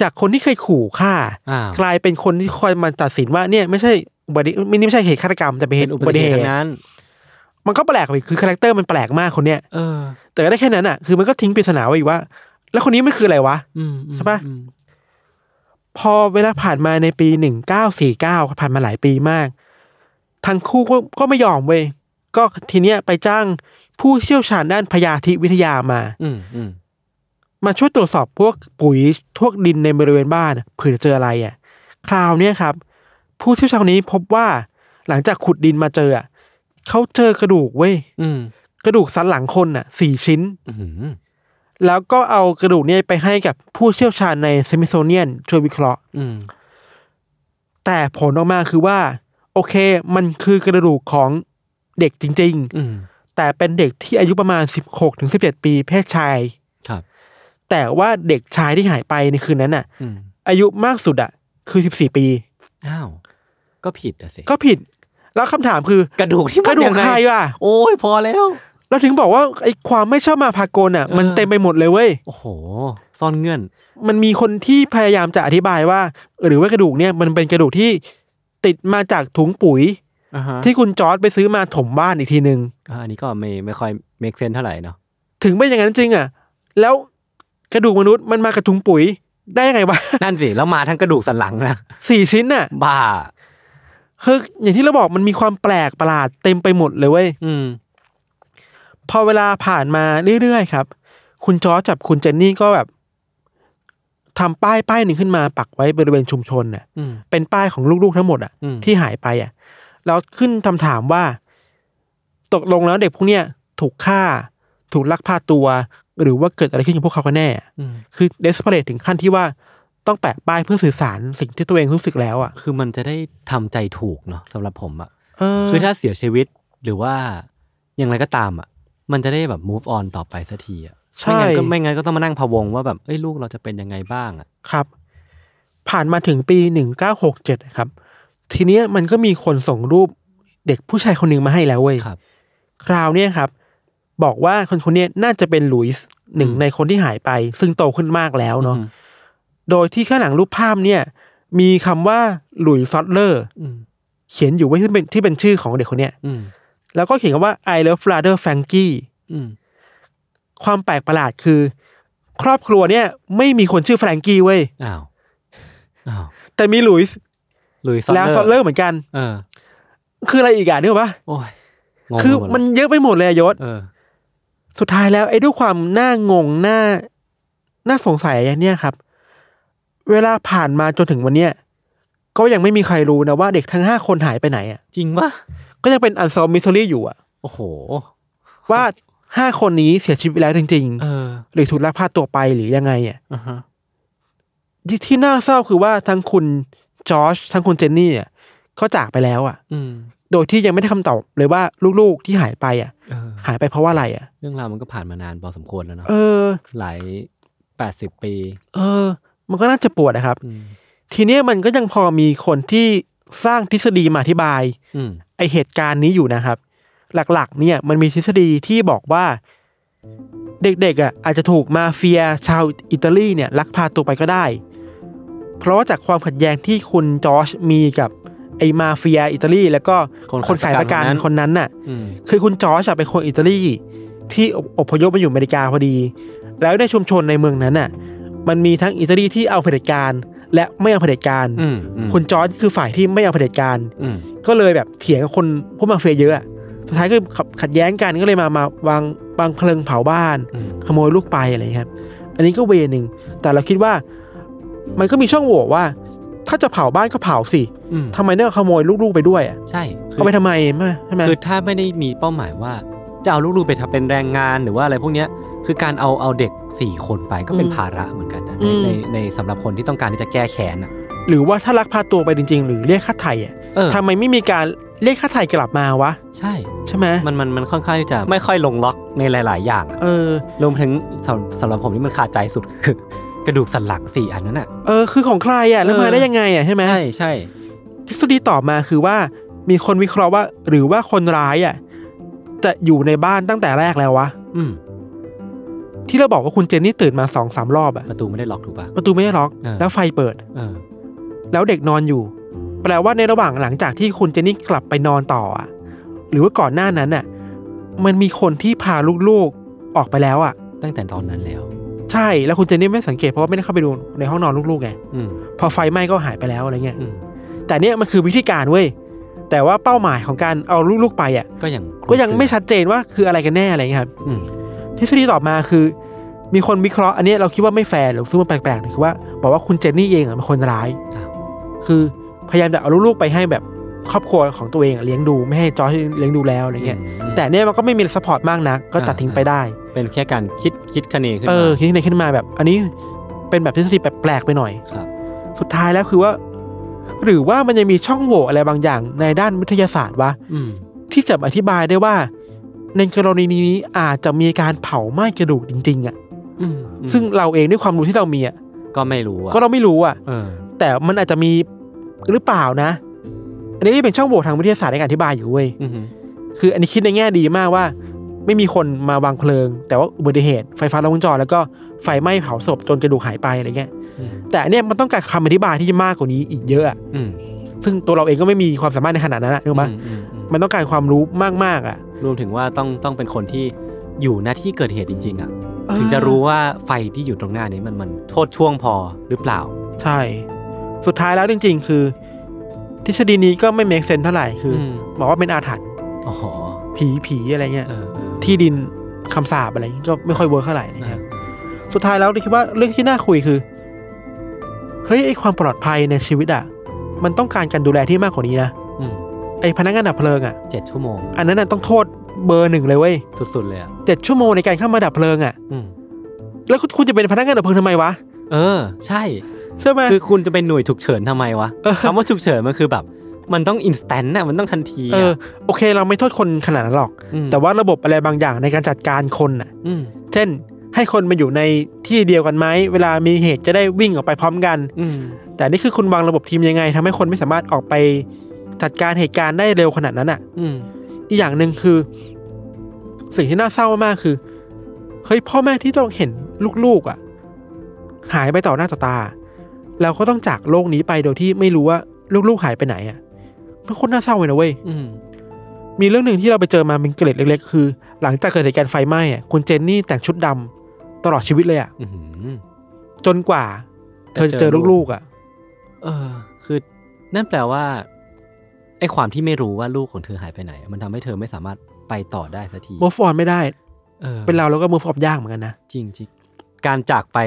จากคนที่เคยขู่ฆ่า อ้าว กลายเป็นคนที่คอยมาตัดสินว่าเนี่ย ไม่ใช่อุบัติไม่นี่ไม่ใช่เหตุฆาตกรรมแต่เป็นเห เป็น ตุ อุ อุ บั บั ติ ติ เห เห ตุ ตุ ทั้งนั้น มันก็แปลกไปอีกคือคาแรคเตอร์มันแปลกมากคนเนี้ย เออ แต่ก็ได้แค่นั้นอ่ะ คือมันก็ทิ้งปริศนาไว้อีกว่า แล้วคนนี้มันคืออะไรวะ อืมอืม ใช่ปะ อืม พอเวลาผ่านมาในปี 1949ผ่านมาหลายปีมาก ทั้งคู่ก็ก็ไม่ยอมเว้ย ก็ทีเนี้ยไปจ้างผู้เชี่ยวชาญด้านพยาธิวิทยามา อืมอืม มาช่วยตรวจสอบพวกปุ๋ยพวกดินในบริเวณบ้านเผื่อจะเจออะไรอ่ะ คราวเนี้ยครับ ผู้เชี่ยวชาญคนนี้พบว่าหลังจากขุดดินมาเจออ่ะเขาเจอกระดูกเว้ย อืม กระดูกสันหลังคนอ่ะสี่ชิ้น อื้อหือ แล้วก็เอากระดูกเนี่ยไปให้กับผู้เชี่ยวชาญในเซมิโซเนียนช่วยวิเคราะห์ อืม แต่ผลออกมาคือว่า โอเคมันคือกระดูกของเด็กจริง อืม ๆ แต่เป็นเด็กที่อายุประมาณ 16ถึง17 ปีเพศชาย ครับ แต่ว่าเด็กชายที่หายไปในคืนนั้นน่ะ อืม อายุมากสุดอ่ะ คือ 14 ปี อ้าว ก็ผิดอะสิ ก็ผิด แล้วคำถามคือ กระดูกที่มัน กระดูก ยังไง ใครวะ โอ้ยพอแล้ว เราถึงบอกว่าไอ้ความไม่ชอบมาพากลอ่ะ มัน เออ เต็มไปหมดเลยเว้ย โอ้โห ซ่อนเงื่อน มันมีคนที่พยายามจะอธิบายว่า หรือว่ากระดูกเนี่ยมันเป็นกระดูกที่ติดมาจากถุงปุ๋ย ที่คุณจอร์ดไปซื้อมาถมบ้านอีกทีหนึ่ง อ่าอันนี้ก็ไม่ไม่ค่อยเมคเซนเท่าไหร่เนาะ ถึงเป็นอย่างนั้นจริงอ่ะ แล้วกระดูกมนุษย์มันมากระถุงปุ๋ยได้ยังไงวะ นั่นสิ แล้วมาทั้งกระดูกสันหลังนะ สี่ชิ้นน่ะ บ้า คืออย่างที่เราบอกมันมีความแปลกประหลาดเต็มไปหมดเลยเว้ย อืม พอเวลาผ่านมาเรื่อยๆครับ คุณจอร์จกับคุณเจนนี่ก็แบบทำป้ายป้ายหนึ่งขึ้นมาปักไว้บริเวณชุมชนน่ะ อืม เป็นป้ายของลูกๆทั้งหมดอ่ะ อืม ที่หายไปอ่ะแล้วขึ้นคำถามว่า ตกลงแล้วเด็กพวกเนี้ยถูกฆ่า ถูกลักพาตัว หรือว่าเกิดอะไรขึ้นกับพวกเขากันแน่ อืม คือเดสเ r ร t ถึงขั้นที่ว่าต้องแปะป้ายเพื่อสื่อสารสิ่งที่ตัวเองรู้สึกแล้วอ่ะ คือมันจะได้ทำใจถูกเนาะสำหรับผมอะ เออ คือถ้าเสียชีวิตหรือว่าอย่างไรก็ตามอะมันจะได้แบบ move on ต่อไปสักทีอะไม่ ใช่ งั้นก็ไม่งั้นก็ต้องมานั่งพะวงว่าแบบเอ้ยลูกเราจะเป็นยังไงบ้างอะ ครับ ผ่านมาถึงปีหนึ่งเก้าหกเจ็ดครับ ทีเนี้ยมันก็มีคนส่งรูปเด็กผู้ชายคนหนึ่งมาให้แล้วเว้ย ครับ คราวเนี้ยครับ บอกว่าคนคนเนี้ยน่าจะเป็นหลุยส์หนึ่งในคนที่หายไป ซึ่งโตขึ้นมากแล้วเนาะ อือฮึ โดยที่ข้างหลังรูปภาพเนี่ย มีคำว่าหลุยส์ซอตเลอร์ อืม เขียนอยู่ไว้ที่เป็นที่เป็นชื่อของเด็กคนเนี้ย อืม แล้วก็เขียนคำว่า I love father Frankie อืม ความแปลกประหลาดคือ ครอบครัวเนี่ย ไม่มีคนชื่อแฟรงกี้เว้ย อ้าวอ้าว แต่มีหลุยส์ หลุยส์ แล้วซอตเลอร์เหมือนกัน เออ คืออะไรอีกอ่ะนึกออกปะ โอ้ยงงไป คือ หดละ มันเยอะไปหมดเลยอะยศ เออ สุดท้ายแล้วไอ้ด้วยความน่างงน่าน่าสงสัยอย่างเนี้ยครับ เวลาผ่านมาจนถึงวันเนี้ยก็ยังไม่มีใครรู้นะว่าเด็กทั้งห้าคนหายไปไหนอ่ะ จริงปะ ก็ยังเป็นอันซอมมิสซรี่อยู่อ่ะ โอ้โห ว่าห้าคนนี้เสียชีวิตแล้วจริง เออ ๆ หรือถูกลักพาตัวไปหรือยังไงอ่ะ อ่าฮะ ที่ที่น่าเศร้าคือว่าทั้งคุณจอชทั้งคุณเจนนี่อ่ะก็จากไปแล้วอ่ะ อืม โดยที่ยังไม่ได้คำตอบเลยว่าลูกๆที่หายไปอ่ะ เออ หายไปเพราะว่าอะไรอ่ะ เรื่องราวมันก็ผ่านมานานพอสมควรแล้วเนาะ เออ หลายแปดสิบปี เออ มันก็น่าจะปวดนะครับ อืม ทีเนี้ยมันก็ยังพอมีคนที่สร้างทฤษฎีมาอธิบาย อืม ไอเหตุการณ์นี้อยู่นะครับ หลักๆ เนี่ยมันมีทฤษฎีที่บอกว่า เด็กๆอ่ะอาจจะถูกมาเฟียชาวอิตาลีเนี่ยลักพาตัวไปก็ได้ เพราะว่าจากความขัดแย้งที่คุณจอร์จมีกับไอมาเฟียอิตาลีแล้วก็ คน คนขายประกัน คนนั้น คนนั้นน่ะ อืม คือคุณจอร์จอะเป็นคนอิตาลีที่ออพยพมาอยู่อเมริกาพอดี แล้วในชุมชนในเมืองนั้นน่ะ มันมีทั้งอิตาลีที่เอาเผด็จการ และไม่เอาเผด็จการ อืมอืม คุณจอร์จคือฝ่ายที่ไม่เอาเผด็จการ อืม ก็เลยแบบเถียงกับคนพวกมาเฟียเยอะอะสุดท้ายก็ขัดขัดแย้งกันก็เลยมามาวางวางเพลิงเผาบ้าน อืม ขโมยลูกไปอะไรอย่างเงี้ยครับ อันนี้ก็เวนึงแต่เราคิดว่ามันก็มีช่องโหว่ว่า ถ้าจะเผาบ้านก็เผาสิ อืม ทำไมเนี่ยขโมยลูกๆไปด้วยอะ ใช่คื เอาไปทำไมไม่ใช่ไหม คือถ้าไม่ได้มีเป้าหมายว่าจะเอาลูกๆไปทำเป็นแรงงานหรือว่าอะไรพวกเนี้ย คือการเอาเอาเด็กสี่คนไปก็เป็น อืม ภาระเหมือนกันนะ อื ใน ม ในในสำหรับคนที่ต้องการที่จะแก้แค้นอ่ะ หรือว่าถ้าลักพาตัวไปจริง ๆ หรือเรียกค่าไถ่อะ เออ ทำไมไม่มีการเรียกค่าไถ่กลับมาวะ ใช่ ใช่ไหม มันมันมันค่อนข้างที่จะไม่ค่อยลงล็อกในหลาย ๆ อย่างอะ เออ รวมถึงสำสำหรับผมที่มันคาใจสุดคือ กระดูกสันหลังสี่อันนั้นน่ะ เออ คือของใครอ่ะแล้ว เอ มา อ ได้ยังไงอ่ะใช่ไหม ใช่ใช่ ทฤษฎีต่อมาคือว่ามีคนวิเคราะห์ว่า หรือว่าคนร้ายอ่ะจะอยู่ในบ้านตั้งแต่แรกแล้ววะ อืม ที่เราบอกว่าคุณเจนนี่ตื่นมาสองสามรอบอ่ะ ประตูไม่ได้ล็อกถูกปะ ประตูไม่ได้ล็อก เออ แล้วไฟเปิด เออ แล้วเด็กนอนอยู่ แปลว่าในระหว่างหลังจากที่คุณเจนนี่กลับไปนอนต่ออ่ะ หรือว่าก่อนหน้านั้นอ่ะ มันมีคนที่พาลูกๆออกไปแล้วอ่ะ ตั้งแต่ตอนนั้นแล้ว ใช่แล้วคุณเจนนี่ไม่สังเกตเพราะว่าไม่ได้เข้าไปดูในห้องนอนลูกๆไง อืม พอไฟไหม้ก็หายไปแล้วอะไรเงี้ย อืม แต่เนี่ยมันคือวิธีการเว้ยแต่ว่าเป้าหมายของการเอาลูกๆไปอ่ะ ก็ยัง ก็ยังไม่ชัดเจนว่าคืออะไรกันแน่อะไรเงี้ยครับ อืม ทฤษฎีต่อมาคือ มีคนวิเคราะห์อันเนี้ยเราคิดว่าไม่แฟร์หรือซึ่งมันแปลกๆคือว่าบอกว่าคุณเจนนี่เองอ่ะเป็นคนร้าย อ้าว คือพยายามจะเอาลูกๆไปให้แบบครอบครัวของตัวเองอ่ะเลี้ยงดูไม่ให้จอร์จเลี้ยงดูแล้วอะไรเงี้ย อืม แต่เนี่ยมันก็ไม่มีสปอร์ตมากนักก็ตัดทิ้งไปได้ เป็นแค่การคิดคิดคะเนขึ้น เอ มา อคิดในขึ้นมาแบบ อันนี้เป็นแบบทฤษฎีแปลกๆไปหน่อย ครับ สุดท้ายแล้วคือว่า หรือว่ามันยังมีช่องโหว่อะไรบางอย่างในด้านวิทยาศาสตร์วะ อืม ที่จะอธิบายได้ว่า ในกรณีนี้อาจจะมีการเผาไหม้กระดูกจริงๆอะ่ะ อืม ซึ่งเราเองด้วยความรู้ที่เรามีอะ่ะ ก็ไม่รู้อะ ก็เราไม่รู้อะ่ะ เออ แต่มันอาจจะมีหรือเปล่านะ อันนี้เป็นช่องโหว่ทางวิทยาศาสตร์ในการอธิบายอยู่เว้ย อืม คืออันนี้คิดในแง่ดีมากว่า ไม่มีคนมาวางเพลิง แต่ว่าอุบัติเหตุไฟฟ้าลัดวงจรแล้วก็ไฟไหม้เผาศพจนกระดูกหายไปอะไรเงี้ย อืม แต่อันเนี่ยมันต้องการคำอธิบายที่มากกว่านี้อีกเยอะอะ อืม ซึ่งตัวเราเองก็ไม่มีความสามารถในขนาดนั้นนะถูกไหม อือือืม มันต้องการความรู้มากๆอ่ะ รวมถึงว่าต้องต้องเป็นคนที่อยู่หน้าที่เกิดเหตุจริง ๆ อ่ะ ถึงจะรู้ว่าไฟที่อยู่ตรงหน้านี้มันมันโทษช่วงพอหรือเปล่า ใช่ สุดท้ายแล้วจริง ๆ คือ ทฤษฎีนี้ก็ไม่เมคเซนเท่าไหร่คืออ ม บอกว่าเป็นอาถรรพ์ อ๋อ ผีผีอะไรเงี้ย เออเออ ที่ดินคำสาบอะไรอย่างงี้ก็ไม่ค่อยเวิร์คเท่าไหร่นะ เอ ครั อบ สุดท้ายแล้วเราคิดว่าเรื่องที่น่าคุยคือ เฮ้ยไอความปลอดภัยในชีวิตอ่ะ มันต้องการการดูแลที่มากกว่านี้นะ อืม ไอพนักงานดับเพลิงอ่ะ เจ็ดชั่วโมง อันนั้นน่ะต้องโทษเบอร์หนึ่งเลยเว้ย สุดๆเลยอ่ะ เจ็ดชั่วโมงในการเข้ามาดับเพลิงอ่ะ อืม แล้วคุณคุณจะเป็นพนักงานดับเพลิงทำไมวะ เออ ใช่ ใช่ไหม คือคุณจะเป็นหน่วยฉุกเฉินทำไมวะ เออ คำว่าฉุกเฉินมันคือแบบ มันต้องอินสแตนต์น่ะมันต้องทันที เออ อะ โอเคเราไม่โทษคนขนาดนั้นหรอก ม แต่ว่าระบบอะไรบางอย่างในการจัดการคนน่ะ อืม เช่น ให้คนมาอยู่ในที่เดียวกันไหมเวลามีเหตุจะได้วิ่งออกไปพร้อมกัน อืม แต่นี่คือคุณวางระบบทีมยังไงทำให้คนไม่สามารถออกไปจัดการเหตุการณ์ได้เร็วขนาดนั้นอ่ะ อืม อีกอย่างหนึ่งคือ สิ่งที่น่าเศร้ามากๆคือเฮ้ยพ่อแม่ที่ต้องเห็นลูกๆอ่ะ หายไปต่อหน้าต่อตา แล้วก็ต้องจากโลกนี้ไปโดยที่ไม่รู้ว่าลูกๆหายไปไหนอ่ะมันโคตรน่าเศร้าเลยนะเว้ย อืม มีเรื่องหนึ่งที่เราไปเจอมาเป็นเกล็ดเล็กๆ คือ หลังจากเกิดเหตุการณ์ไฟไหม้อ่ะคุณเจนนี่แต่งชุดดำตลอดชีวิตเลยอ่ะ อืม จนกว่า เธอจะเจอลูกๆอ่ะ เออ คือนั่นแปลว่าไอ้ความที่ไม่รู้ว่าลูกของเธอหายไปไหน มันทำให้เธอไม่สามารถไปต่อได้สักที move on ไม่ได้ เออ เป็นเราแล้วก็ move on ยากเหมือนกันนะ จริงจริงการจากไป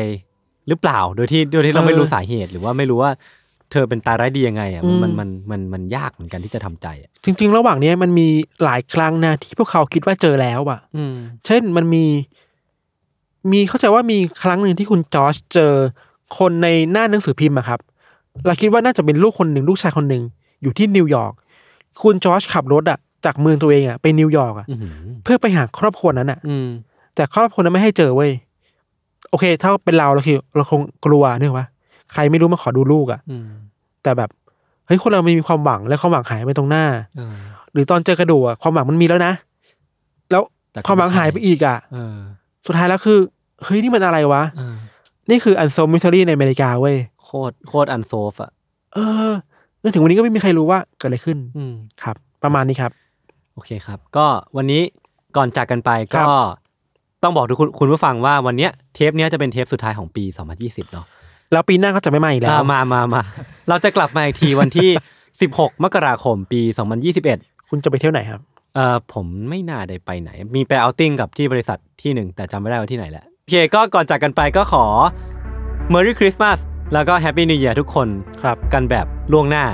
หรือเปล่าโดยที่โดยที่เรา เออ ไม่รู้สาเหตุ หรือว่าไม่รู้ว่า เธอเป็นตายร้ายดียังไงอ่ะ อืม มันมันมันมันยากเหมือนกันที่จะทำใจอ่ะ จริง ๆ ระหว่างเนี้ยมันมีหลายครั้งนะที่พวกเขาคิดว่าเจอแล้วอ่ะ อืม เช่นมันมี มีเข้าใจว่ามีครั้งหนึ่งที่คุณจอร์จเจอคนในหน้าหนังสือพิมพ์อะครับ เราคิดว่าน่าจะเป็นลูกคนหนึ่งลูกชายคนหนึ่งอยู่ที่นิวยอร์กคุณจอร์จขับรถอะจากเมืองตัวเองอะไปนิวยอร์กอะ อือหือ เพื่อไปหาครอบครัวนั้นอะ อืม แต่ครอบครัวนั้นไม่ให้เจอเว้ยโอเค ถ้าเป็นเราเราคือเราคงกลัวเนกอะวะใครไม่รู้มาขอดูลูกอะ อืม แต่แบบเฮ้ยคนเรามันมีความหวังและความหวังหายไปตรงหน้า เออ หรือตอนเจอกระดูกอะความหวังมันมีแล้วนะ แล้ว แต่ก็ ความหวังหายไป ไม่ใช่ อีกอะ เออ สุดท้ายแล้วคือ เฮ้ย นี่มันอะไรวะ เออ นี่คืออันโซมิส e รีในอเมริกาเว้ย โคตรโคตรอันโซฟอ่ะ เออจนถึงวันนี้ก็ไม่มีใครรู้ว่าเกิดอะไรขึ้น อืม ครับ ประมาณนี้ครับ โอเคครับ ก็วันนี้ก่อนจากกันไป ครั ก็ บ ต้องบอกทุกคนคุณผู้ฟังว่าวันเนี้ยเทปเนี้ยจะเป็นเทปสุดท้ายของปี 2020 เนาะ แล้วปีหน้าก็จะไม่มาอีกแล้ อ่าว มามามา เราจะกลับมาอีกทีวันที่ 16 มกราคมปี 2021 คุณจะไปเที่ยวไหนครับ เอ่อผมไม่น่าได้ไปไหน มีไปเอาท์ติ้งกับที่บริษัทที่หนึ่ง แต่จำไม่ได้ว่าที่ไหนแหละโอเคก็ก่อนจากกันไปก็ขอ Merry Christmas แล้วก็ Happy New Year ทุกคน ครับ กันแบบล่วงหน้า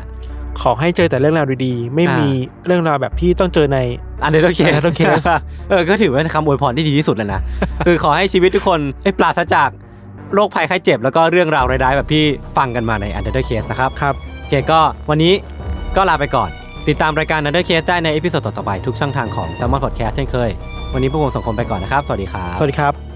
ขอให้เจอแต่เรื่องราวดีๆ ไม่มีเรื่องราวแบบที่ต้องเจอใน อันเดอร์เคส Another case เออ ก็ถือว่าเป็นคำอวยพรที่ดีที่สุดแล้วนะ คือขอให้ชีวิตทุกคนไอ้ยปราศจากโรคภัยไข้เจ็บ แล้วก็เรื่องราวร้ายๆ แบบที่ฟังกันมาในอันเดอร์เคสนะครับ ครับ โอเคก็วันนี้ก็ลาไปก่อน ติดตามรายการอันเดอร์เคสได้ในเอพิโซดต่อๆไปทุกช่องทางของ s ซ m มอนพอดแคสต์เช่นเคย วันนี้พวกผมสองคนไปก่อนนะครับ สวัสดีครับ สวัสดีครับ